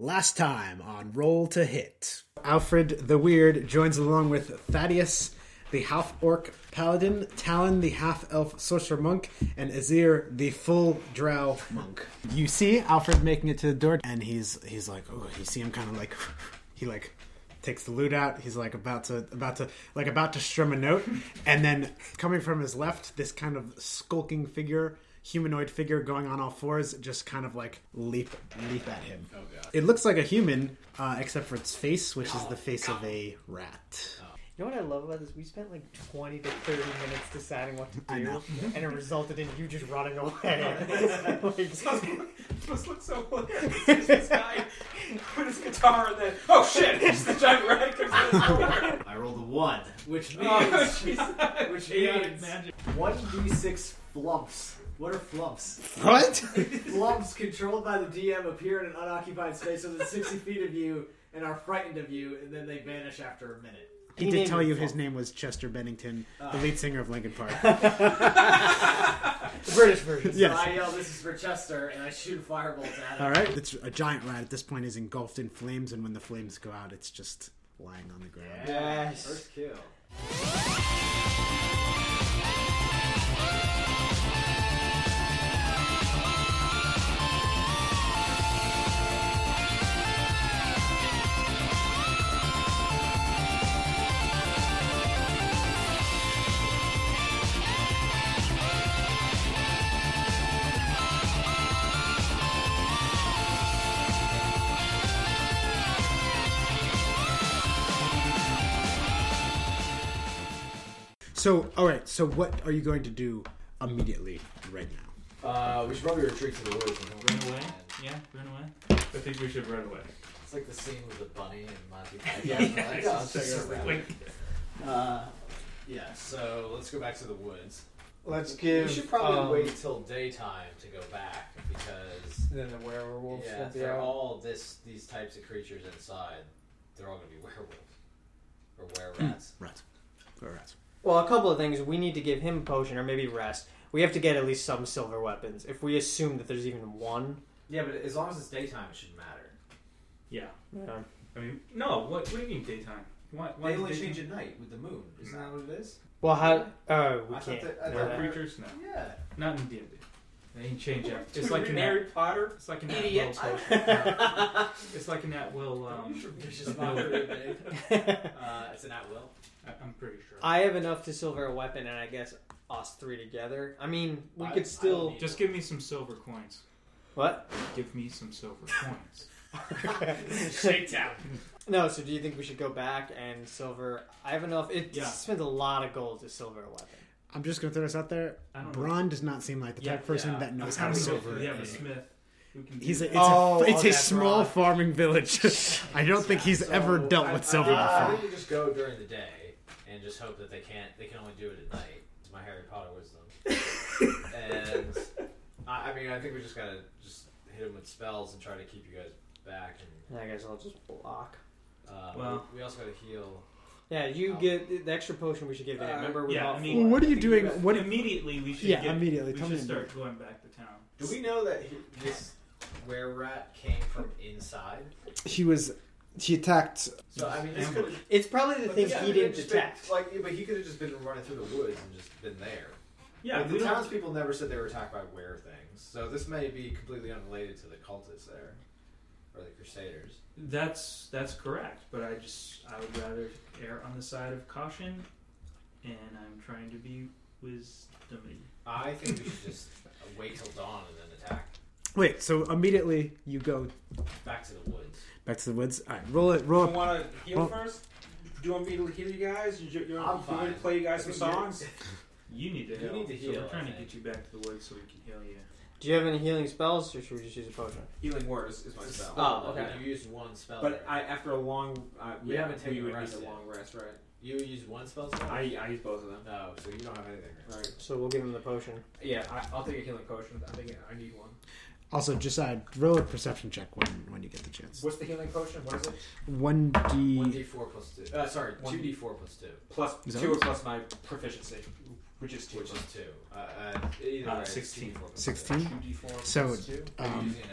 Last time on Roll to Hit. Alfred the Weird joins along with Thaddeus, the half orc paladin, Talon, the half elf sorcerer monk, and Azir, the full drow monk. You see Alfred making it to the door, and he's he's like, oh, you see him kind of like, he like takes the lute out. He's like about to about to like about to strum a note, and then coming from his left, this kind of skulking figure. Humanoid figure going on all fours, just kind of like leap, leap at him. Oh god! It looks like a human, uh, except for its face, which is the face of a rat. You know what I love about this? We spent like 20 to 30 minutes deciding what to do, I know. and it resulted in you just running away. Like, It must look so hilarious. There's this guy with his guitar and then, oh shit, it's the giant rat comes out of nowhere. I rolled a one, which means Oh, Jesus. which Chaotic means magic. one d six flumps. What are flumps? What? flumps controlled by the DM appear in an unoccupied space within sixty feet of you and are frightened of you, and then they vanish after a minute. He, did tell you his name was Chester Bennington, the lead singer of Linkin Park. the British version. So Yes. I yell, "This is for Chester," and I shoot firebolts at him. All right. It's a giant rat at this point is engulfed in flames, and when the flames go out, it's just lying on the ground. Yes. First kill. So, all right. So, what are you going to do immediately right now? Uh, we should probably retreat to the woods. and Run away? Yeah, run away. I think we should run away. It's like the scene with the bunny and Monty. Yeah, Python. it's Yeah, just let's so check out quick. that. Uh, yeah. So let's go back to the woods. Let's give. We should probably um, wait till daytime to go back because Then the werewolves yeah, will if be they're out. all this these types of creatures inside. They're all gonna be werewolves or wererats. Rats. Or rats. Well, a couple of things. We need to give him a potion or maybe rest. We have to get at least some silver weapons. If we assume that there's even one, yeah, but as long as it's daytime, it shouldn't matter. Yeah. Yeah. I mean, no, what, what do you mean daytime? Why, why they only daytime? change at night with the moon. Isn't that what it is? well, how? Oh, we I thought can't. that- I No, For thought no. we- creatures? No. Yeah. Not in D&D. They ain't change up. It's Dude, like in read that, Harry Potter. it's like in that Idiot. Will It's like in that Will, um, It's just not very big. Uh, it's an at will. I, I'm pretty sure. I have enough to silver a weapon, and I guess us three together. I mean, we I- I could still. don't need- Just give me some silver coins. What? Give me some silver coins. no, so do you think we should go back and silver? I have enough. It Yeah. spends a lot of gold to silver a weapon. I'm just going to throw this out there. I don't know. Braun does not seem like the Yeah, type of person yeah. that knows How how to do we- silver. We have a is. smith. who can do He's a, that. it's Oh, a, oh, it's a that's small Ron. farming village. I don't think he's So, ever dealt I- with I- silver I before. think you just go during the day and just hope that they can't. They can only do it at night. It's my Harry Potter wisdom. and I, I mean, I think we just gotta just hit them with spells and try to keep you guys back. And I guess I'll just block. uh, Well- we, we also gotta heal. Yeah, you get the extra potion we should give to him. Uh, Remember, we yeah, all I Well, mean- what are you I think you doing? guys- What? immediately we should Yeah, get, immediately. we Tell should me start going back to town. Do we know that he, this were rat came from inside? He was. He attacked. So I mean, this Ambush. could It's probably the things he didn't detect. Like, yeah, but he could have just been running through the woods and just been there. Yeah, Like, we the don't- townspeople never said they were attacked by were things, so this may be completely unrelated to the cultists there or the crusaders. That's that's correct, but I just I would rather err on the side of caution, and I'm trying to be wisdomy. I think we should just wait till dawn and then attack. Wait. So immediately you go Back to the woods. back to the woods. All right. Roll it. Roll You up. want to heal Well- first? Do you want me to heal you guys? You, you, you I'm want me to fine. play you guys I some think songs? You need to You heal. need to So heal, we're trying I to think. get you back to the woods so we can heal you. Do you have any healing spells, or should we just use a potion? Healing words is my One spell. spell. Oh, okay. You used one spell. But I, right? after a long, uh, You yeah, haven't taken we would a rest need a yet. long rest, right? you used one spell. Spell. I, I use both of them. no, so you don't have anything. Right? Right. So we'll give him the potion. Yeah, I, I'll take a healing potion. I think I need one. Also, just uh, roll a perception check when when you get the chance. What's the healing potion? What is it? One One d. d four plus two. Uh, sorry, E One- two d four plus two. Plus Is that two what or plus my proficiency. Which is two. which is two. Uh, uh, either Uh, way, it's 16. 2d4. 16? Two D four plus So, two. Are you Um, using it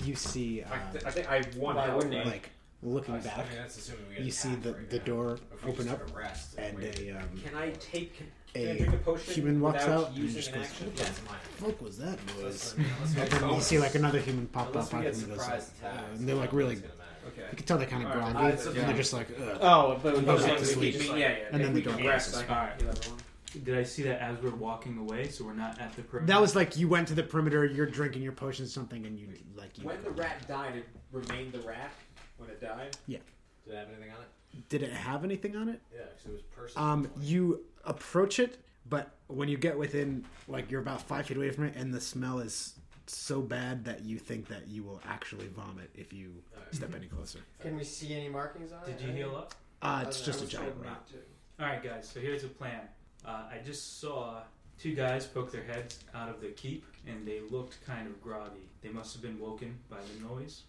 now? you see, I, uh, th- I think I won. Why that wouldn't one. he? like looking I was- back, I mean, that's assuming we get you see attacked the right the now. door If we open just up, took a rest and wait. a um, Can I take? Can I A drink a potion human walks without out and using just an goes, action? Yeah, it's mine. fuck was that So that's noise? what I mean, unless we And get then you bonus. see like another human pop Unless up we out get and he goes, surprise uh, attacks, and they're like really, it's gonna matter. Okay. you can tell they're kind of All right. groggy, Uh, it's and okay. they're just like, Ugh. Oh, but Goes back to sleep. Yeah, yeah. And if then we the door can rest, closes. I can heal everyone. Did I see that as we're walking away? So we're not at the perimeter. that was like you went to the perimeter, you're drinking your potion or something, and you like you When the rat died, it remained the rat when it died. Did it have anything on it? did it have anything on it? Yeah, because it was person. Um, you approach it, but when you get within, like you're about five feet away from it, and the smell is so bad that you think that you will actually vomit if you step any closer. Can we see any markings on it? Did you heal up? Uh, it's I just a was giant Told rat. not to. All right, guys. So here's the plan. Uh, I just saw two guys poke their heads out of the keep, and they looked kind of groggy. They must have been woken by the noise.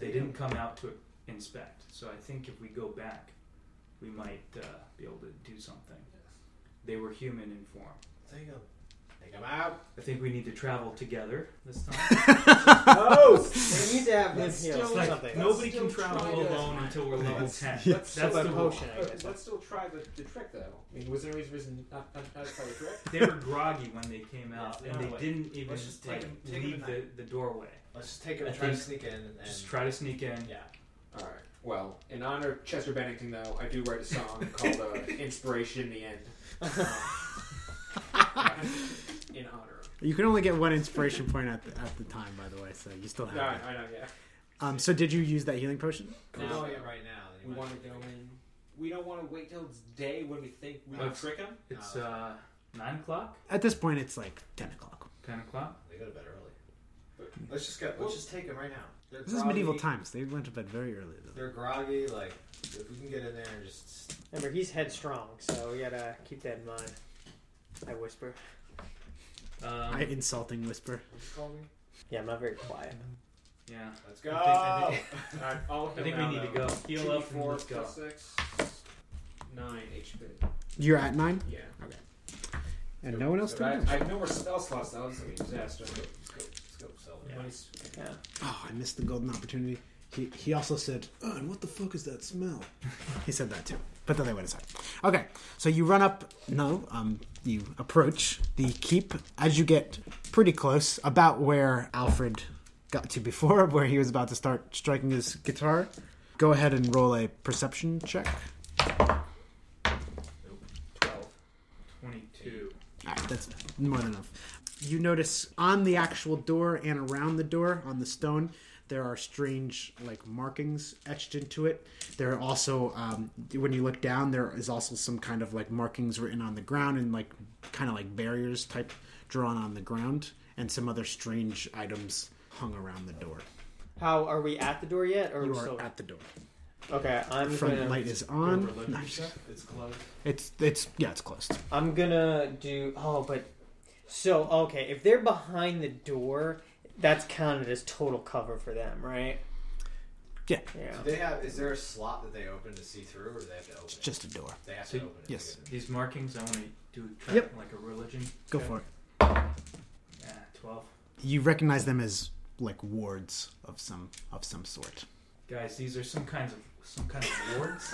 They didn't come out to inspect. So I think if we go back, we might uh, be able to do something. They were human in form. Take him. Take him out. I think we need to travel together this time. Oh, we need to have them Let's heal still, like, something. nobody Let's still can travel try to- alone until we're level Let's- ten. yeah. That's Still the a rule. potion, I Uh, guess. Let's still try the, the trick, though. I mean, was there any reason not, not, not to try the trick? They were groggy when they came out, Yes, and they they were. didn't even Let's just take like, 'em- take 'em leave at the, the doorway. Let's just take him I and try to think- sneak in. And, Just try to sneak in. Yeah. All right. Well, in honor of Chester Bennington, though, I do write a song called uh, "Inspiration in the End." Um, in honor. of. You can only get one inspiration point at the, at the time, by the way, so you still have. No, I, it. I know. Yeah. Um, so did you use that healing potion? Now, Now- yeah, right now. then you We might want to as go well in. We don't want to wait till it's day when we think we can Let's- trick him. It's Oh. uh, nine o'clock, At this point, it's like ten o'clock. ten o'clock. They go to bed early. But let's just go. Let's just take him right now. They're This is medieval groggy. times; they went to bed very early. Though. They're groggy. Like if we can get in there and just Remember, he's headstrong, so we gotta keep that in mind. I whisper. Um, I insulting whisper. what'd you call me? Yeah, I'm not very quiet. yeah, Let's go. I think- All right. I'll I think we need to go. Heal up and Four let's go. six. Nine HP. You're at nine, Yeah. and no one else So did. I, it. I have no more spell slots. That was a disaster. Let's go. Let's go. Sell it. Yeah. Money's- Oh, I missed the golden opportunity. He, he also said, oh, and what the fuck is that smell? he said that too. But then they went aside. Okay, so you run up, no, um, you approach the keep as you get pretty close, about where Alfred got to before, where he was about to start striking his guitar. Go ahead and roll a perception check. Twelve. Twenty-two. All right, that's more than enough. You notice on the actual door and around the door on the stone, there are strange like markings etched into it. There are also, um, when you look down, there is also some kind of like markings written on the ground and like kind of like barriers type drawn on the ground, and some other strange items hung around the door. How are we at the door yet, or You we're still? are at the door. okay, Oh, I'm Front gonna. light is on. No, It's closed. it's it's yeah, it's closed. I'm gonna do. Oh, but so okay, if they're behind the door, that's counted as total cover for them, right? Yeah. Yeah. Do they have? Is there a slot that they open to see through, or do they have to open? It's it? just a door. They have So to you- open it. to yes. get These markings, I want to do try Yep. like a religion. Go check. for it. Ah, Twelve. You recognize them as like wards of some of some sort. Guys, these are some kinds of some kind of wards.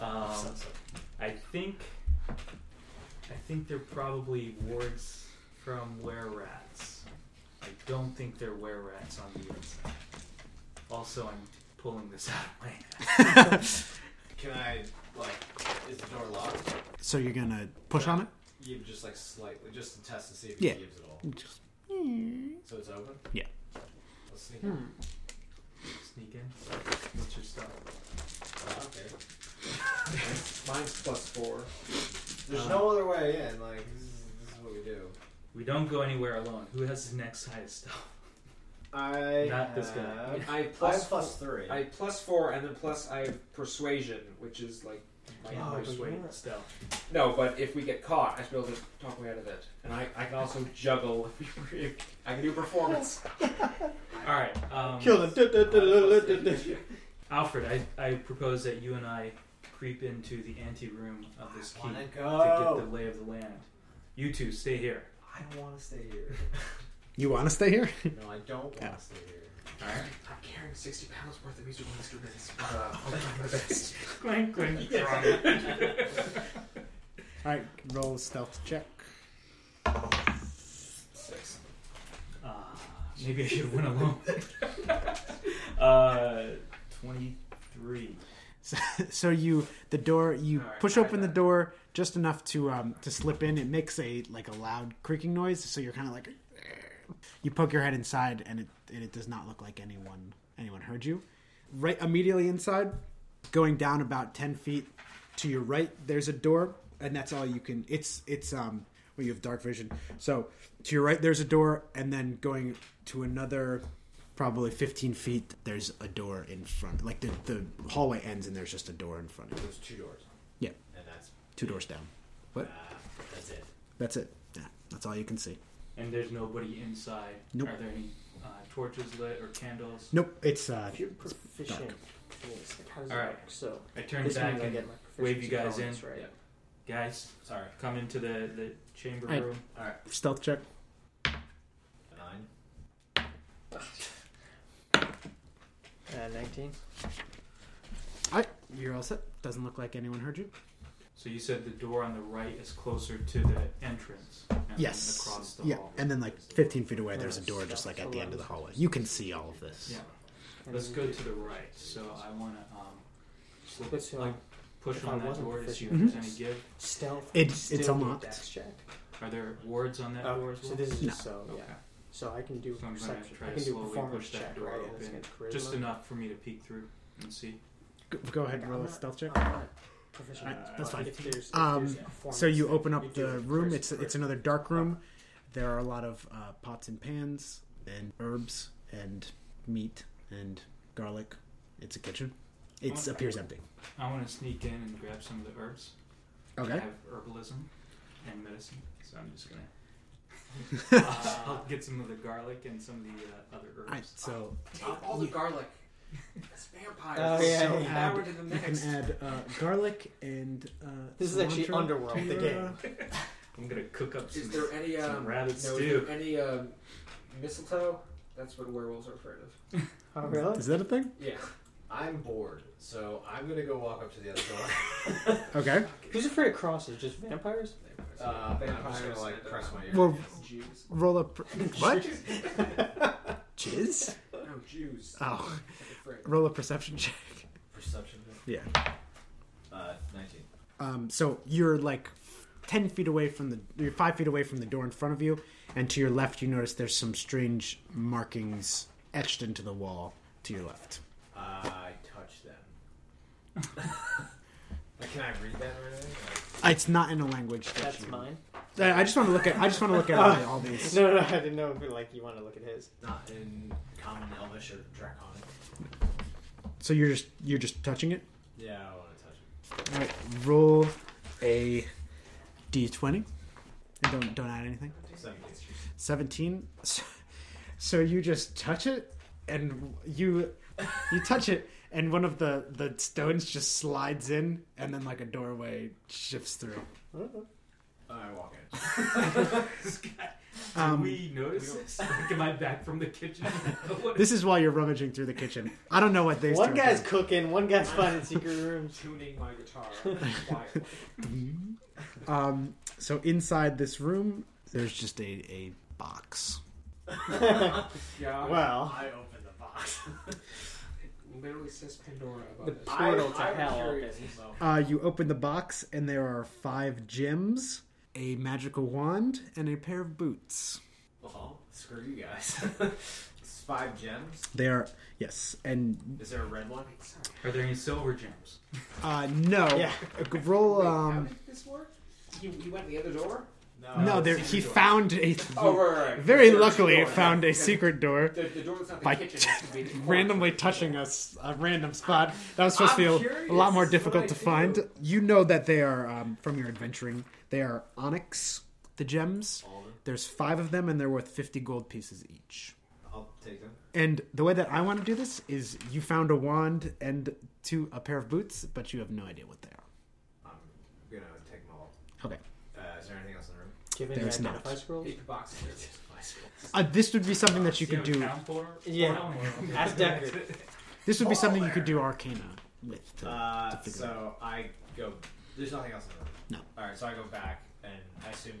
in. um, Sounds like- I think I think they're probably wards from were rats. I don't think they're were rats on the inside. Also, I'm pulling this out of my ass. Can I like? Is the door locked? So you're gonna push on it? You just like slightly, just to test and see if Yeah. it gives it all. So it's open. Yeah. Let's sneak in. Hmm. Sneak in. What's your stuff? Oh, okay. Mine's plus four. There's Uh, no other way in. Like this is, this is what we do. We don't go anywhere alone. Who has the next highest stuff? I Not this guy. have- I I have plus have plus three. I have plus four, and then plus I have persuasion, which is like. My Can't Oh, persuade yeah. stealth. No, but if we get caught, I should be able to talk way out of it. And I, I can also juggle. If, we, if I can do performance. All right. Um, them. Alfred, I, I propose that you and I creep into the ante room of this keep Wanna to get go? the lay of the land. You two stay here. I don't want to stay here. You want to stay here? No, I don't want to Yeah. stay here. I'm carrying 60 pounds worth of musical instruments. But, uh, I'll try my best. Clink, clink. All right, roll a stealth check. Six. Uh, maybe I should have went alone. uh, Twenty-three. So, so you the door you All right, push try open the that. door just enough to um, to slip in. It makes a like a loud creaking noise, so you're kind of like you poke your head inside, and it and it does not look like anyone anyone heard you. Right immediately inside, going down about ten feet to your right, there's a door, and that's all you can. It's it's um well you have dark vision, so to your right there's a door, and then going to another probably 15 feet there's a door in front like the, the hallway ends and there's just a door in front of you There's two doors. Yeah. And that's two doors down uh, What? that's it. that's it yeah, that's all you can see And there's nobody inside. Nope. Are there any uh, torches lit or candles? nope it's uh If you're proficient in this, like, how does it Alright. work? So I turn this back means I and get my wave you proficiency guys bonus, in. right? Yep. guys Sorry. come into the the chamber I- room. stealth check Nine. Uh, 19. you're all set doesn't look like anyone heard you So you said the door on the right is closer to the entrance. And then yes Across the yeah hall. and then like 15 feet away Yeah, there's a door just like at the end of the hallway eleven. you can see all of this Yeah. And Let's then go to the right. So I want to um, slip Let's, uh, like push if I on that wasn't door to see if proficient- there's any Mm-hmm. give. Stealth. It's- Still it's do unlocked. Dex check. Are there wards on that door Oh, as well? so this is No. just so, yeah. okay. So I can do So I'm gonna perception. try I to can do slowly performance push that check, door right? And it's open. gonna charisma. Just enough for me to peek through and see. go, go ahead and I'm roll a not- stealth check I'm not proficient Alright, at it, that's but fine. if there's- if Um, there's performance, so you then open up you do the it room first it's it's person. another dark room there are a lot of uh, pots and pans and herbs and meat and garlic it's a kitchen it Okay. appears empty I want to sneak in and grab some of the herbs. I okay have herbalism and medicine, so I'm just gonna. uh, I'll get some of the garlic and some of the uh, other herbs. all right so Take all the garlic. That's vampires. Oh, yeah, so yeah. now we're to the You can mix. add uh, garlic and uh, This is actually cilantro Underworld, to the your, game. uh, I'm gonna cook up Is some. there any Some um, rabbit no, stew. Is there any um, mistletoe? That's what werewolves are afraid of. Oh, really? Is that a thing? Yeah. I'm bored, so I'm gonna go walk up to the other door. Okay. Who's afraid of crosses? Just vampires? Uh, I'm just gonna Vampires like and, press uh, my ear. Well- Jews. Roll up. What? Jizz? No, Jews. Oh. Afraid. Roll a perception check. Perception. Yeah. Uh, nineteen. Um, so you're like 10 feet away from the. You're 5 feet away from the door in front of you, and to your left, you notice there's some strange markings etched into the wall to your left. I touch them. like, can I read that or anything? Like, It's not in a language. that That's you- mine. Oh. I Uh, I just want to look at. I just want to look at all, all these. No, no, I didn't know if like you want to look at his. not in common Elvish or Draconic. So you're just you're just touching it. Yeah, I want to touch it. All right, roll a d20, and don't don't add anything. Seventeen. 17 so, so you just touch it and you you touch it and one of the the stones just slides in and then like a doorway shifts through I walk in. Did um, we notice this? Like, am I back from the kitchen? What- this is while you're rummaging through the kitchen i don't know what these One two are guy's cooking, one guy's finding secret rooms. Tuning my guitar. quietly. doing. um so inside this room there's just a a box yeah. Well, I open the box. It literally says Pandora above The it. I- Portal to I'm hell curious opens. about- uh you open the box and there are five gems a magical wand and a pair of boots Well, Uh-huh. screw you guys. it's five gems. they are yes and Is there a red one? Are there any silver gems? uh no Yeah. roll Wait, how um did this work? You, you went the other door? No, there, it's he secret door. found a. Oh, right, right. Very The luckily, door. it found a secret door. The, the door that's not the By kitchen. It has to be the corner. Randomly touching us a random spot that was supposed I'm to be a- curious, a lot more this is what difficult to I do. find. You know that they are um, from your adventuring. They are onyx, the gems. All of them. There's five of them, and they're worth fifty gold pieces each. I'll take them. And the way that I want to do this is, you found a wand and two a pair of boots, but you have no idea what they are. I'm gonna take them all. Okay. Uh, is there anything else in the room? Do you have any There's identify not. scrolls? Big box. Uh, this would be something that you Do could have a do. count for? Yeah. Oh, no. Ask Deckard. This would be something you could do Arcana with. To, Uh, to figure out. so I go. There's nothing else in the room. No. All right, so I go back, and I assume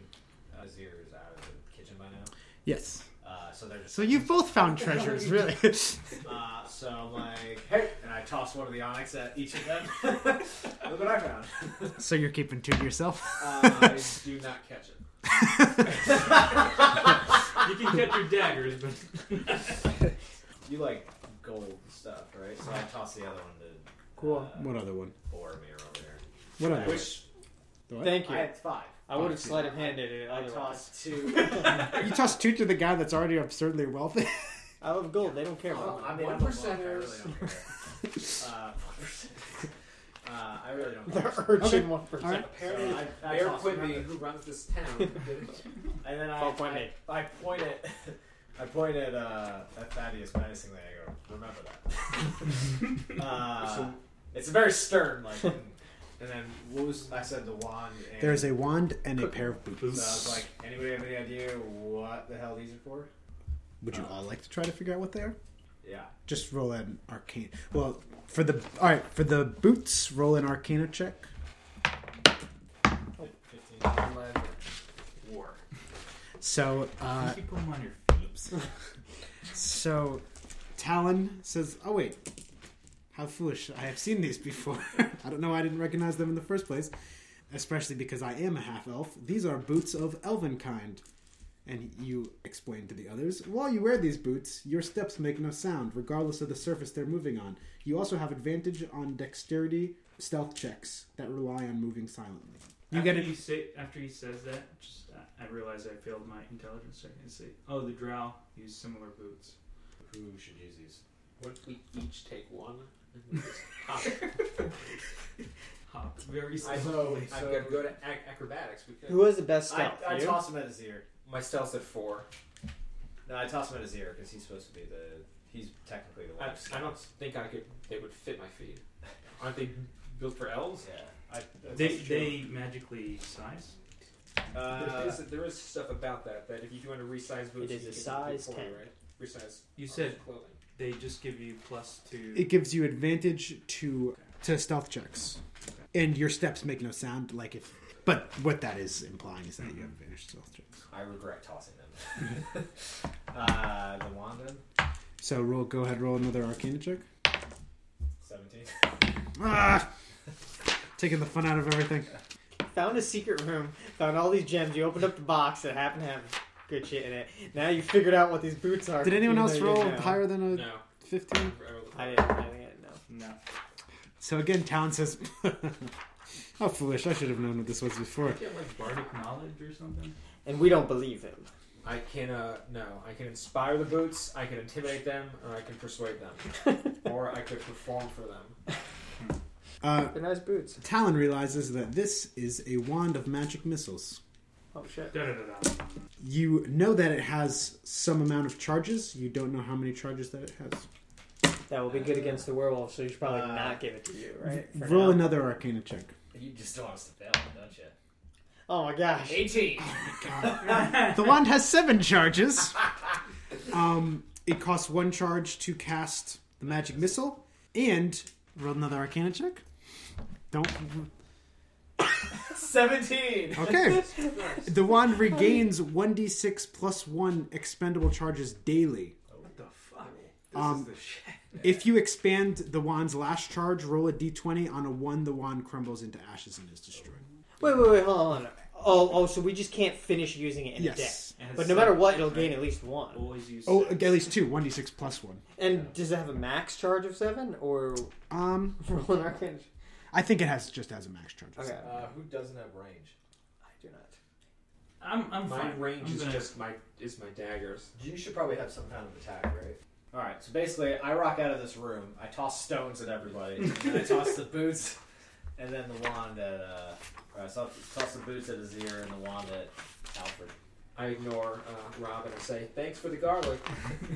uh, Azir is out of the kitchen by now. Yes. Uh, so they're just. So you've both found treasures, really. Uh, so I'm like, hey, and I toss one of the onyx at each of them. Look what I found. so you're keeping two to yourself. Uh, I do not catch it. You can cut your daggers, but you like gold stuff, right? So I toss the other one to. Cool. Uh, What other one? Boromir over there. What other one? Which The what? Thank you. I I, had five. would have sleight of handed it I otherwise. tossed two. You toss two to the guy that's already absurdly wealthy. I love gold. They don't care Oh. about I mean, One I'm a monk, I really percenters. don't care. Uh, one percent. Uh, I really don't. it. care. They're urging one All percent. right. Apparently, So I- I Mayor tossed one Quimby, of who runs this town, did it. And then I, Paul Quimby. I, I point at I point at uh, at Thaddeus menacingly. I go, remember that. uh, it's very stern, like. And, and then what was I said? The wand. And, There's a wand and a pair of So I boots. was like, anybody have any idea what the hell these are for? Would uh, you all like to try to figure out what they are? Yeah. Just roll an arcane. Well, for the all right for the boots, roll an arcana check. Fifteen. war. So, uh, you keep them on your feet. so Talon says, "Oh wait, how foolish! I have seen these before. I don't know why I didn't recognize them in the first place, especially because I am a half elf. These are boots of elven kind." And you explain to the others, while you wear these boots, your steps make no sound, regardless of the surface they're moving on. You also have advantage on dexterity stealth checks that rely on moving silently. You after get it. You say, after he says that, just uh, I- I realize I failed my intelligence check and say, "Oh, the Drow use similar boots." Who should use these? What if we each take one? and we just hop? Hop very I slowly. know. I'm gonna go to ac- acrobatics because Who has the best I, stealth? I You? toss him at his ear. my stealth's at four. No, I toss him at his ear because he's supposed to be the. He's technically the I, one. who I don't think I could. They would fit my feet. Aren't they built for elves? Yeah. I, They, that's true. they magically size. there, Uh, is, there is stuff about that that if you want to resize boots, It is you a can size do it for 10. you, right? Resize. You arms said and clothing. they just give you plus two. It gives you advantage to to stealth checks, and your steps make no sound. Like if, but what that is implying is that you have advantage to stealth checks. I regret tossing them. uh, the Wanda, So roll. Go ahead. Roll another Arcana check. 17. Ah, taking the fun out of everything. Found a secret room. Found all these gems. You opened up the box that happened to have good shit in it. Now you figured out what these boots are. Did anyone even else though you roll didn't know. higher than a No. fifteen? I didn't. I didn't know. No. So again, Town says, "How foolish! I should have known what this was before." You have like bardic knowledge or something. And we don't believe him. I can uh no. I can inspire the boots. I can intimidate them, or I can persuade them, or I could perform for them. Uh, They're nice boots. Talon realizes that this is a wand of magic missiles. Oh shit. Da da da da. You know that it has some amount of charges. You don't know how many charges that it has. That will be good against the werewolf, so you should probably Uh, not give it to you, right? For Roll now. another Arcana check. You just don't want us to fail, don't you? Oh my gosh. 18! the wand has seven charges. Um, it costs one charge to cast the magic missile, and roll another Arcana check. Don't. 17! Okay. the wand regains one d six plus one expendable charges daily. What the fuck? Um, the shit. If you expand the wand's last charge, roll a d20. On a one, the wand crumbles into ashes and is destroyed. Wait, wait, wait. Hold on. Oh, oh. So we just can't finish using it in a deck. Yes. But no matter what, it'll gain at least one. Always use. Oh, six. at least two. One d six plus one. And does it have a max charge of seven or Um, roll an arcane? I think it has just has a max charge. Okay, Uh, who doesn't have range? I do not. I'm I'm My fine. range I'm is gonna- just my is my daggers. You should probably have some kind of attack, right? Alright, so basically, I rock out of this room. I toss stones at everybody. and then I toss the boots, and then the wand at. Uh, Alright, so I toss the boots at Azir and the wand at Alfred. I ignore uh, Rob and I say thanks for the garlic.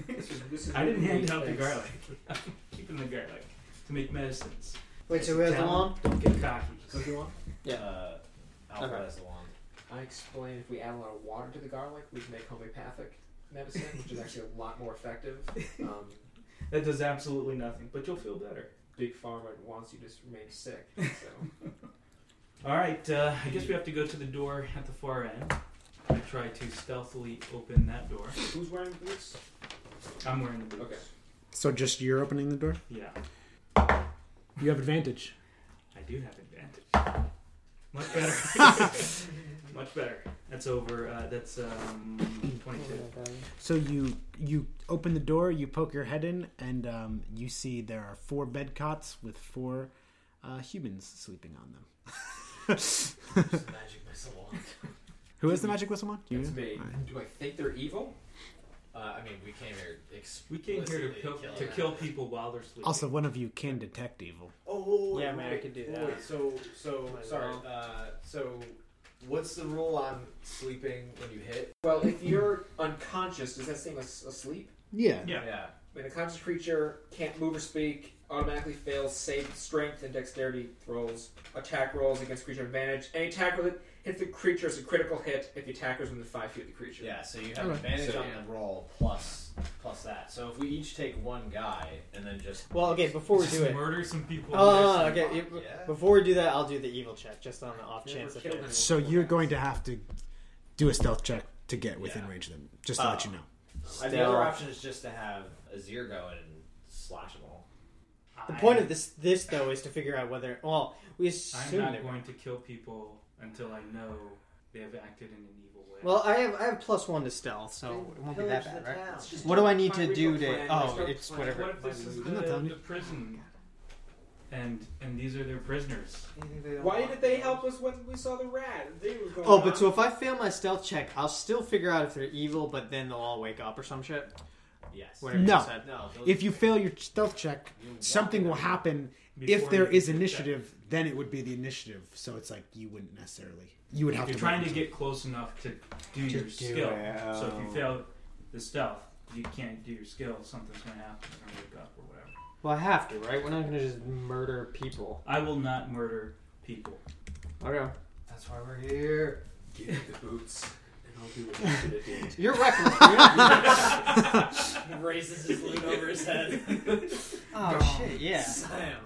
this is, this is I didn't hand really out the thanks. garlic. I'm keeping the garlic to make medicines. Wait, so who has the Talon, wand? Don't get cocky. Who do you want? Yeah. Uh, Alfred Okay. has the wand. I explained if we add a lot of water to the garlic, we can make homeopathic medicine, which is actually a lot more effective. Um, That does absolutely nothing, but you'll feel better. Big Pharma wants you to s- remain sick. So All right, uh, I guess we have to go to the door at the far end. I try to stealthily open that door. who's wearing boots? I'm wearing the boots. Okay. So just you're opening the door? Yeah, You have advantage. I do have advantage. Much better. Much better. That's over. Uh, that's um, 22. Oh, So you you open the door, you poke your head in, and um, you see there are four bed cots with four uh, humans sleeping on them. Just magic missile wand. Who is the magic whistle one? You? It's me. Alright. Do I think they're evil? Uh, I mean, we came here. Ex- We came here to, kill, kill, to kill people while they're sleeping. Also, one of you can detect evil. Oh, Yeah, man, I could do that. Wait, so, so Might as sorry. well. Uh, so, what's the rule on sleeping when you hit? Well, if you're unconscious, does that seem as- asleep? Yeah. Yeah. When a conscious creature can't move or speak, automatically fails save strength and dexterity rolls, attack rolls against creature advantage. Any attack that hits the creature is a critical hit if the attacker is within five feet of the creature. Yeah, so you have Alright. advantage So, on yeah. the roll plus plus that. So if we each take one guy and then just Well, okay, before we Just do it. murder some people. Oh, There's- okay. you- Yeah. Uh, Before we do that, I'll do the evil check just on the off Never chance that kill they're- him. So you're going to have to do a stealth check to get within Yeah. range of them, just to Oh. let you know. And the other Stealth. option is just to have Azir go in and slash them all. The point I- of this, this though, is to figure out whether. Well, we I'm assume. not they're- going to kill people until I know they have acted in an evil way. Well, I have I have plus one to stealth, so it won't be Pillage that the bad, right? town. What do I need Fine, to we do go to? plan. Oh, Let's go it's plan. whatever. what if this is the, I'm not telling you. the prison, and and these are their prisoners? Why did they help us when we saw the rat? They were going Oh, but on. so if I fail my stealth check, I'll still figure out if they're evil, but then they'll all wake up or some shit. Yes. Whatever No. you said. No. those- If you fail your stealth check, you want something will them. happen. if Before there you is do that. initiative, then it would be the initiative. So it's like you wouldn't necessarily. You would have You're to. trying wait to get close enough to do your do skill. it. So if you fail the stealth, you can't do your skill. Something's going to happen. They're going to wake up or whatever. Well, I have to, right? We're not gonna just murder people. I will not murder people. Okay. That's why we're here. Give me the boots, and I'll do what you should have done. You're reckless. yeah. He raises his loot over his head. Oh shit! Yeah. Sam.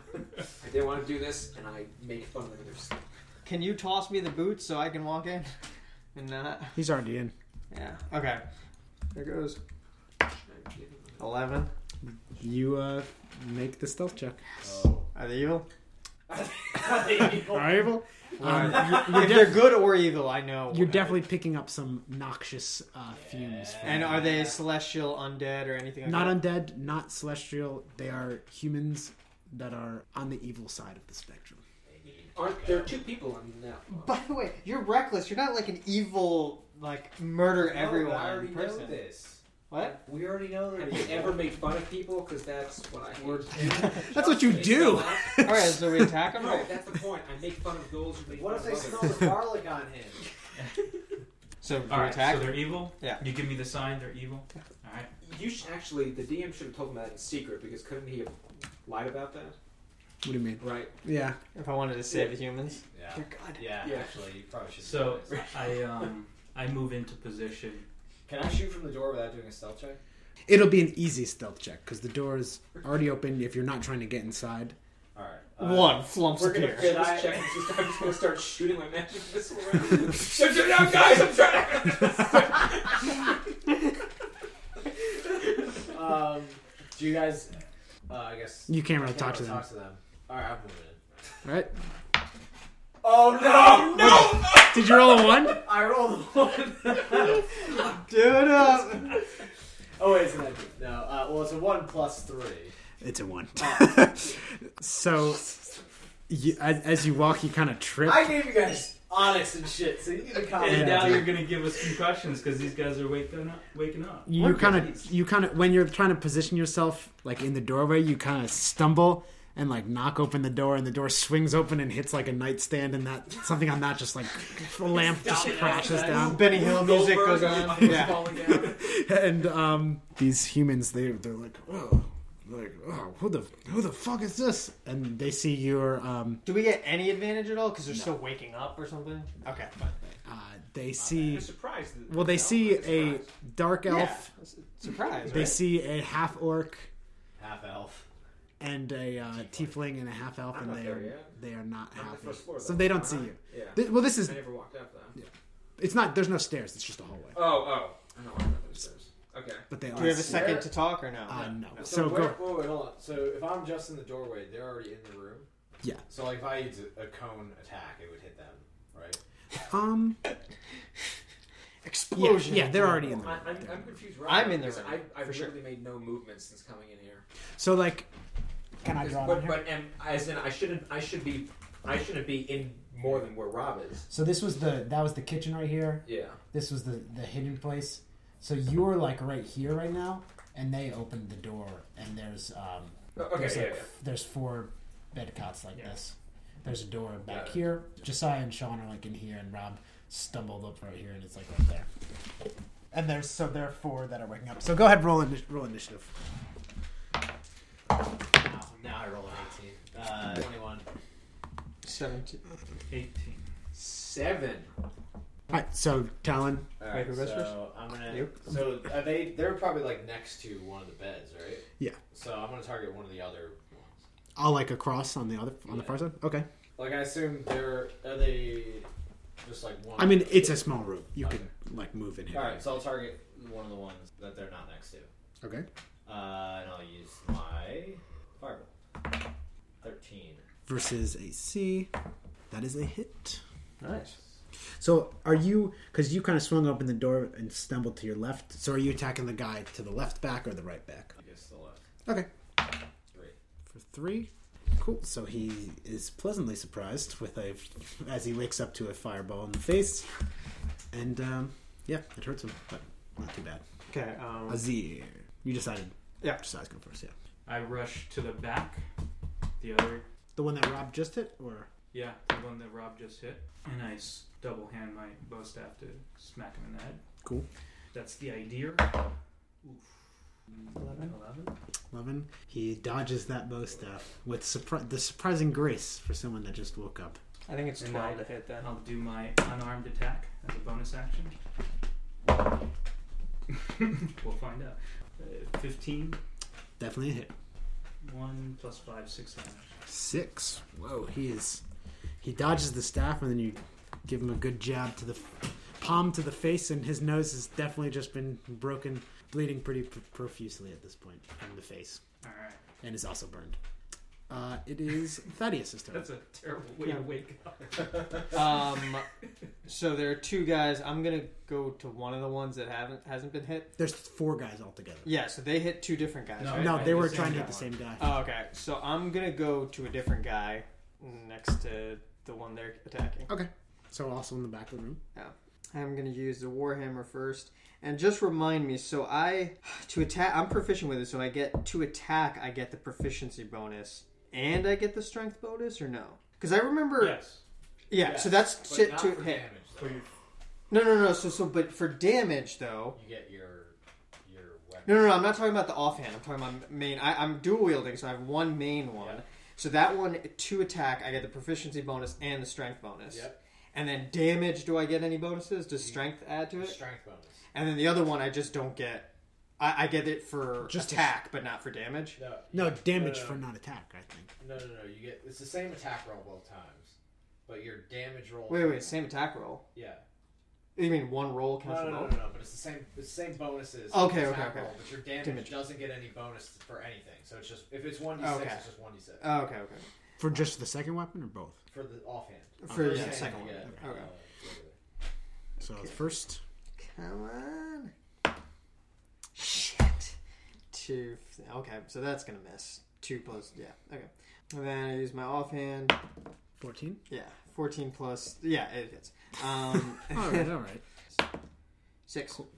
They want to do this, and I make fun of them. They're just- Can you toss me the boots so I can walk in? And not. He's already in. Yeah. Okay. There goes I give them the- eleven. You uh, make the stealth check. Oh. Are they evil? Oh. Are you able? Um, you're, if you're, they're def- good or evil, I know. you're definitely picking up some noxious uh, fumes. from- And are they celestial, undead, or anything? Like not that? undead, not celestial. They are humans that are on the evil side of the spectrum. Aren't there are two people on that? Oh, one. By the way, you're reckless. You're not like an evil, like murder everyone Oh, I already person. know this. What? We already know that. Have you ever made fun of people? Because that's what I heard. That's what you do. All right, so we attack them. No, that's the point. I make fun of those who make What if fun they of smell others. the garlic on him? So do All we right. attack. So they're evil. Yeah. You give me the sign. They're evil. All right. You should actually. The DM should have told them that in secret because couldn't he have lied about that? What do you mean? Right. Yeah. if I wanted to save the humans, Yeah. Dear God. Yeah, Yeah. actually, you probably should. So do this. I um I move into position. can I shoot from the door without doing a stealth check? It'll be an easy stealth check because the door is already open. If you're not trying to get inside, All right. one flumps We're gonna appear. fail Should I- this check. and just- I'm just gonna start shooting my magic missile around. Shut it down, guys! I'm trying. Um, do you guys? Uh, I guess you can't really I talk can't to really them, Talk to them. All right, I'm moving. in. right? Oh no! No! Did you roll a one? I rolled a one. Do it up. uh, oh wait, it's an empty. No. Uh, well, it's a one plus three. It's a one. so, you, as, as you walk, you kind of trip. I gave you guys onyx and shit, so you need to comment. And Yeah. now you're gonna give us concussions because these guys are waking up. Waking up. you One kind piece. of, you kind of, when you're trying to position yourself like in the doorway, you kind of stumble and like knock open the door, and the door swings open and hits like a nightstand, and that something on that just like the lamp just crashes down. Benny Hill music goes on. Yeah. Falling down. and um, these humans they they're like oh like oh who the who the fuck is this and they see your um Do we get any advantage at all? Because they're still waking up or something. Okay, fine. Uh, they see I'm surprised. that- well, they no, see I'm a surprised. dark elf. Yeah. Surprise, They right? see a half orc Half elf. and a uh, tiefling and a half elf, I'm and not they there are yet. they are not I'm on the happy. first floor, So though. they don't Am see I? you. Yeah. Th- well, this is I never walked up though. it's not. There's no stairs. It's just a hallway. Oh, oh. I know. I know those stairs. Okay. But they Do we have a see- second to talk or no? Uh, no. So, So where, go. wait, wait, hold on. So if I'm just in the doorway, they're already in the room. Yeah. So like if I used a, a cone attack, it would hit them, right? Um. Yeah, Explosion. yeah, they're already in the I, I'm, room. I'm confused. Right I'm now in the because room, I've, I've for sure. literally made no movement since coming in here. So like, can I draw on but here? but am, as in, I shouldn't. I should be. I shouldn't be in more than where Rob is. So this was the that was the kitchen right here. Yeah. This was the the hidden place. So you are like right here right now, and they opened the door, and there's um O- Okay. there's yeah, like yeah. there's four bed cots like this. There's a door back Got it. here. Josiah and Sean are like in here, and Rob stumbled up right here, and it's like right there. And there's so there are four that are waking up. So go ahead, roll ini- roll initiative. Now, now I roll an eighteen. Uh, Twenty-one. 17. 18. Seven. All right, so Talon, All Wait, right, who goes so I'm gonna. You? So are they they're probably like next to one of the beds, right? Yeah. So I'm gonna target one of the other ones. I'll like across on the other on the Yeah. far side. Okay. Like I assume they're are they just like one. I mean, it's a small room. You Okay. can like move in here. All right, so I'll target one of the ones that they're not next to. Okay. Uh, and I'll use my fireball. Thirteen. Versus AC, that is a hit. Nice. So are you? Because you kind of swung open the door and stumbled to your left. So are you attacking the guy to the left back or the right back? I guess the left Okay. three. For three. Cool. So he is pleasantly surprised with a as he wakes up to a fireball in the face, and um, yeah, it hurts him, but not too bad. Okay, um, Azir, you decided. Yeah. Josiah's going first. Yeah. I rush to the back, the other, The one that Rob just hit, or yeah, the one that Rob just hit, and I s- double hand my bow staff to smack him in the head. Cool. That's the idea. Oof. 11. 11? eleven. He dodges that bow staff with surpri- the surprising grace for someone that just woke up. I think it's And 12 I- to hit then. I'll do my unarmed attack as a bonus action. we'll find out. Uh, 15, Definitely a hit. 1 plus 5, 6 damage. Six. Whoa, he is. He dodges the staff, and then you give him a good jab to the palm to the face, and his nose has definitely just been broken, bleeding pretty pr- profusely at this point from the face, Alright. and is also burned. Uh, it is Thaddeus' turn. That's a terrible way Yeah. to wake up. Um, so there are two guys. I'm gonna go to one of the ones that haven't hasn't been hit. There's four guys altogether. Yeah, so they hit two different guys. No, right? No, I- they I were just trying to hit hit the that same guy. Oh, okay, so I'm gonna go to a different guy next to the one they're attacking. So also in the back of the room. I'm gonna use the warhammer first, and just remind me. So I to attack. I'm proficient with it, so I get to attack. I get the proficiency bonus, and I get the strength bonus, or no? Because I remember. Yeah. Yes. so that's But to, not to for hit. damage. For Though. your- No, no, no. So, so, but for damage though. You get your your weapon. No, no, no. I'm not talking about the offhand. I'm talking about main. I, I'm dual wielding, so I have one main one. Yeah. So that one, to attack, I get the proficiency bonus and the strength bonus. Yep. And then damage, do I get any bonuses? Does strength add to it? Strength bonus. And then the other one, I just don't get. I, I get it for Just just attack, but not for damage. No, No damage no, for non-attack. I think. No, no, no. You get it's the same attack roll both times, but your damage roll. Wait, wait, same attack roll. Yeah. You mean one roll No, counts no, for no, no, both? no, But it's the same. It's the same bonuses. Okay, attack okay, okay. Roll, but your damage, Damage. doesn't get any bonus for anything. So it's just if it's one d Okay. six, it's just one d six Oh, okay, okay. For just the second weapon or both. for the offhand. For First Oh, yeah, hand second you one. get, Okay. uh, regular. So first, Come on. Shit. Two. Okay, so that's gonna miss. Two plus. Yeah. Okay. And then I use my offhand. fourteen. Yeah. Fourteen plus. Yeah, it hits. Um, All right, all right. six. You-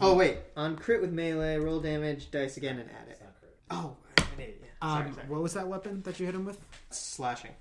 Oh wait, on crit with melee, roll damage, dice again, and add it. It's not correct. Oh, I need it. Yeah. Um, Sorry, sorry. what was that weapon that you hit him with? Slashing.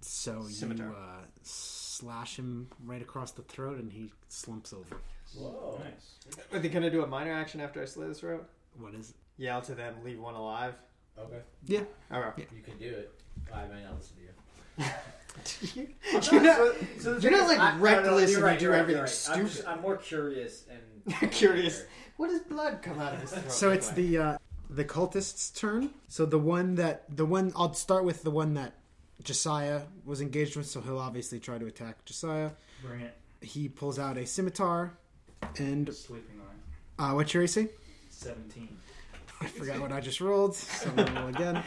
So Scimitar. you uh, slash him right across the throat, and he slumps over. Whoa. Nice. Are they gonna do a minor action after I slay this throat? What is? Yell to them, leave one alive. Okay. All right. You can do it. I may not listen to you. I'm You're not- so- so the thing you're not, is, like, I- no, no, reckless you're and you do you're everything you're I'm, just- stupid. I'm more curious and Curious. What does blood come out of his throat? So it's like? the uh, the cultist's turn. So the one that the one I'll start with the one that Josiah was engaged with. So he'll obviously try to attack Josiah. Bring it. He pulls out a scimitar, and Sleeping on it. uh, what's your AC? 17. I forgot what I just rolled. So I'm gonna roll again.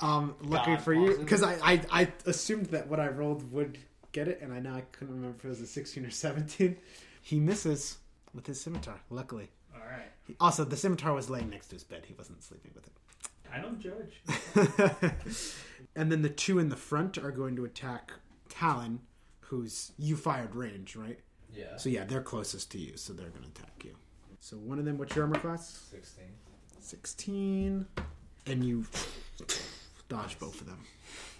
Um, luckily God, for you, Paulson. because I, I I assumed that what I rolled would get it, and I now I couldn't remember if it was a 16 or 17. He misses with his scimitar. Luckily, Alright. He- also the scimitar was laying next to his bed. He wasn't sleeping with it. I don't judge. and then the two in the front are going to attack Talon, who's you fired range, right? yeah. So yeah, they're closest to you, so they're going to attack you. So one of them, what's your armor class? Sixteen. Sixteen, and you dodge both of them.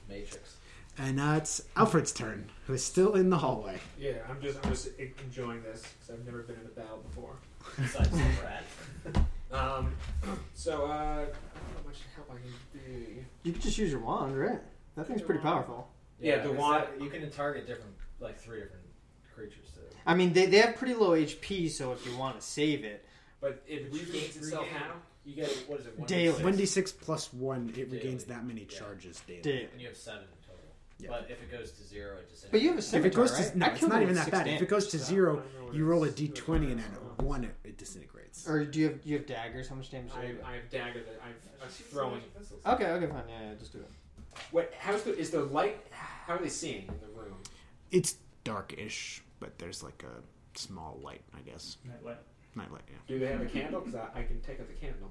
Matrix. And now it's Alfred's turn, who is still in the hallway. Yeah, I'm just I'm just enjoying this because I've never been in a battle before. Besides the rat. Um, so uh, how much help I can do? You could just use your wand, right? That thing's pretty powerful. Yeah, the 'cause wand- that- You can target different, like three different creatures. To, I mean, they, they have pretty low HP, so if you want to save it, But it But you regains can itself regain- how? you get what is it? One Daily. d six? 1d6 plus 1, it regains Daily. that many Yeah. charges daily. did. And you have seven in total. Yeah. But if it goes to zero, it disintegrates. But you have a If scimitar, it goes right? to, no, I it's killed not him even with that six bad. If it damage. goes to zero, I don't know what you it roll a is. d20 and at one it, it disintegrates. Or do you have you have daggers? How much damage do I, you I have dagger that I've, I'm throwing. throwing. have? Okay, okay, fine. Yeah, yeah, just do it. What? How's the is the light? How are they seeing in the room? It's darkish, but there's like a small light, I guess. Nightlight. Nightlight, yeah. Do they have a candle? Because I, I can take out the candle.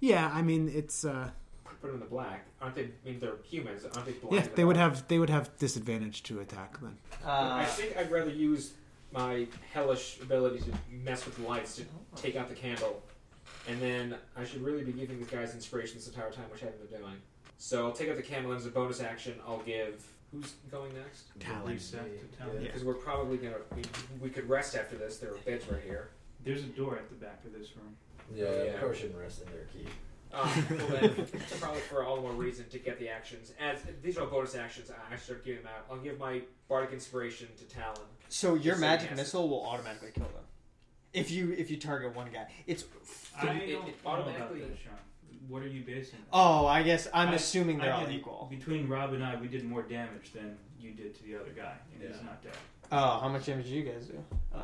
Yeah, I mean it's uh Put them in the black. Aren't they? I mean, they're humans. Aren't they blind? yeah, to the they would dark? have they would have disadvantage to attack then. I Uh, think I'd rather use my hellish ability to mess with the lights to take out the candle, and then I should really be giving these guys inspiration this entire time, which I haven't been doing. So I'll take out the candle and as a bonus action, I'll give. Who's going next? Talon. Reset to town. Yeah. Because we're probably gonna we, we could rest after this. There are beds right here. There's a door at the back of this room. Yeah, Yeah. yeah. probably shouldn't rest in their key. Um, well then, so probably for all the more reason to get the actions. As these are all bonus actions, I should start giving them out. I'll give my bardic inspiration to Talon. so your Just so magic nasty. missile will automatically kill them if you if you target one guy. It's I don't it- know it about automatically- that, Sean. What are you basing that? oh, I guess I'm I- assuming they're I all did- equal. Between Rob and I, we did more damage than you did to the other guy, and he's Yeah. not dead. Oh, how much damage do you guys do? Uh,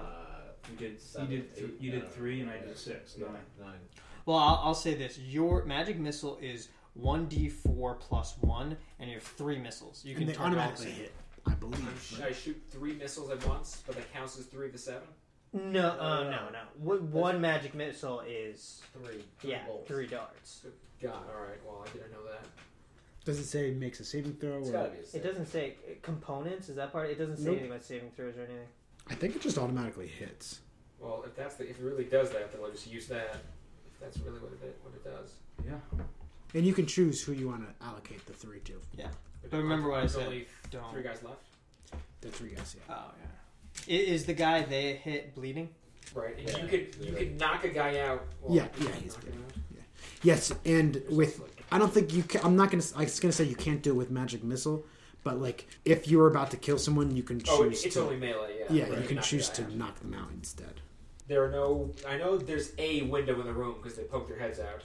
You did. Seven, you did. Th- eight, you uh, I did don't three, and know. I Yeah. did six. nine. Nine. Nine. Well, I'll, I'll say this: your magic missile is one d4 plus one, and you have three missiles. You and can they target all the automatically same. hit, I believe. I'm sh- I shoot three missiles at once, but that counts as three of the seven. No, uh, no, no. What, one magic missile is Three. Three yeah, bolts. three darts. God, all right. Well, I didn't know that. Does it say makes a saving throw It's or gotta be a It six. doesn't say uh, components. Is that part? It doesn't say Nope. anything about saving throws or anything. I think it just automatically hits. Well, if that's the, if it really does that, then I'll just use that. If that's really what it what it does. Yeah. And you can choose who you want to allocate the three to. But remember what I There's said. Only Don't. three guys left. The three guys, yeah. Oh yeah. I- Is the guy they hit bleeding? Right. And Yeah. you could you could knock a guy out. Well, Yeah, you yeah, can't he's knock him out. Yes, and There's with also, like, I don't think you can, I'm not going to I was going to say you can't do it with magic missile, but like if you're about to kill someone, you can choose Oh, it- it's to only melee. Yeah. Yeah, right, you can knock a choose guy to out. knock them out instead. There are no. I know there's a window in the room because they poke their heads out.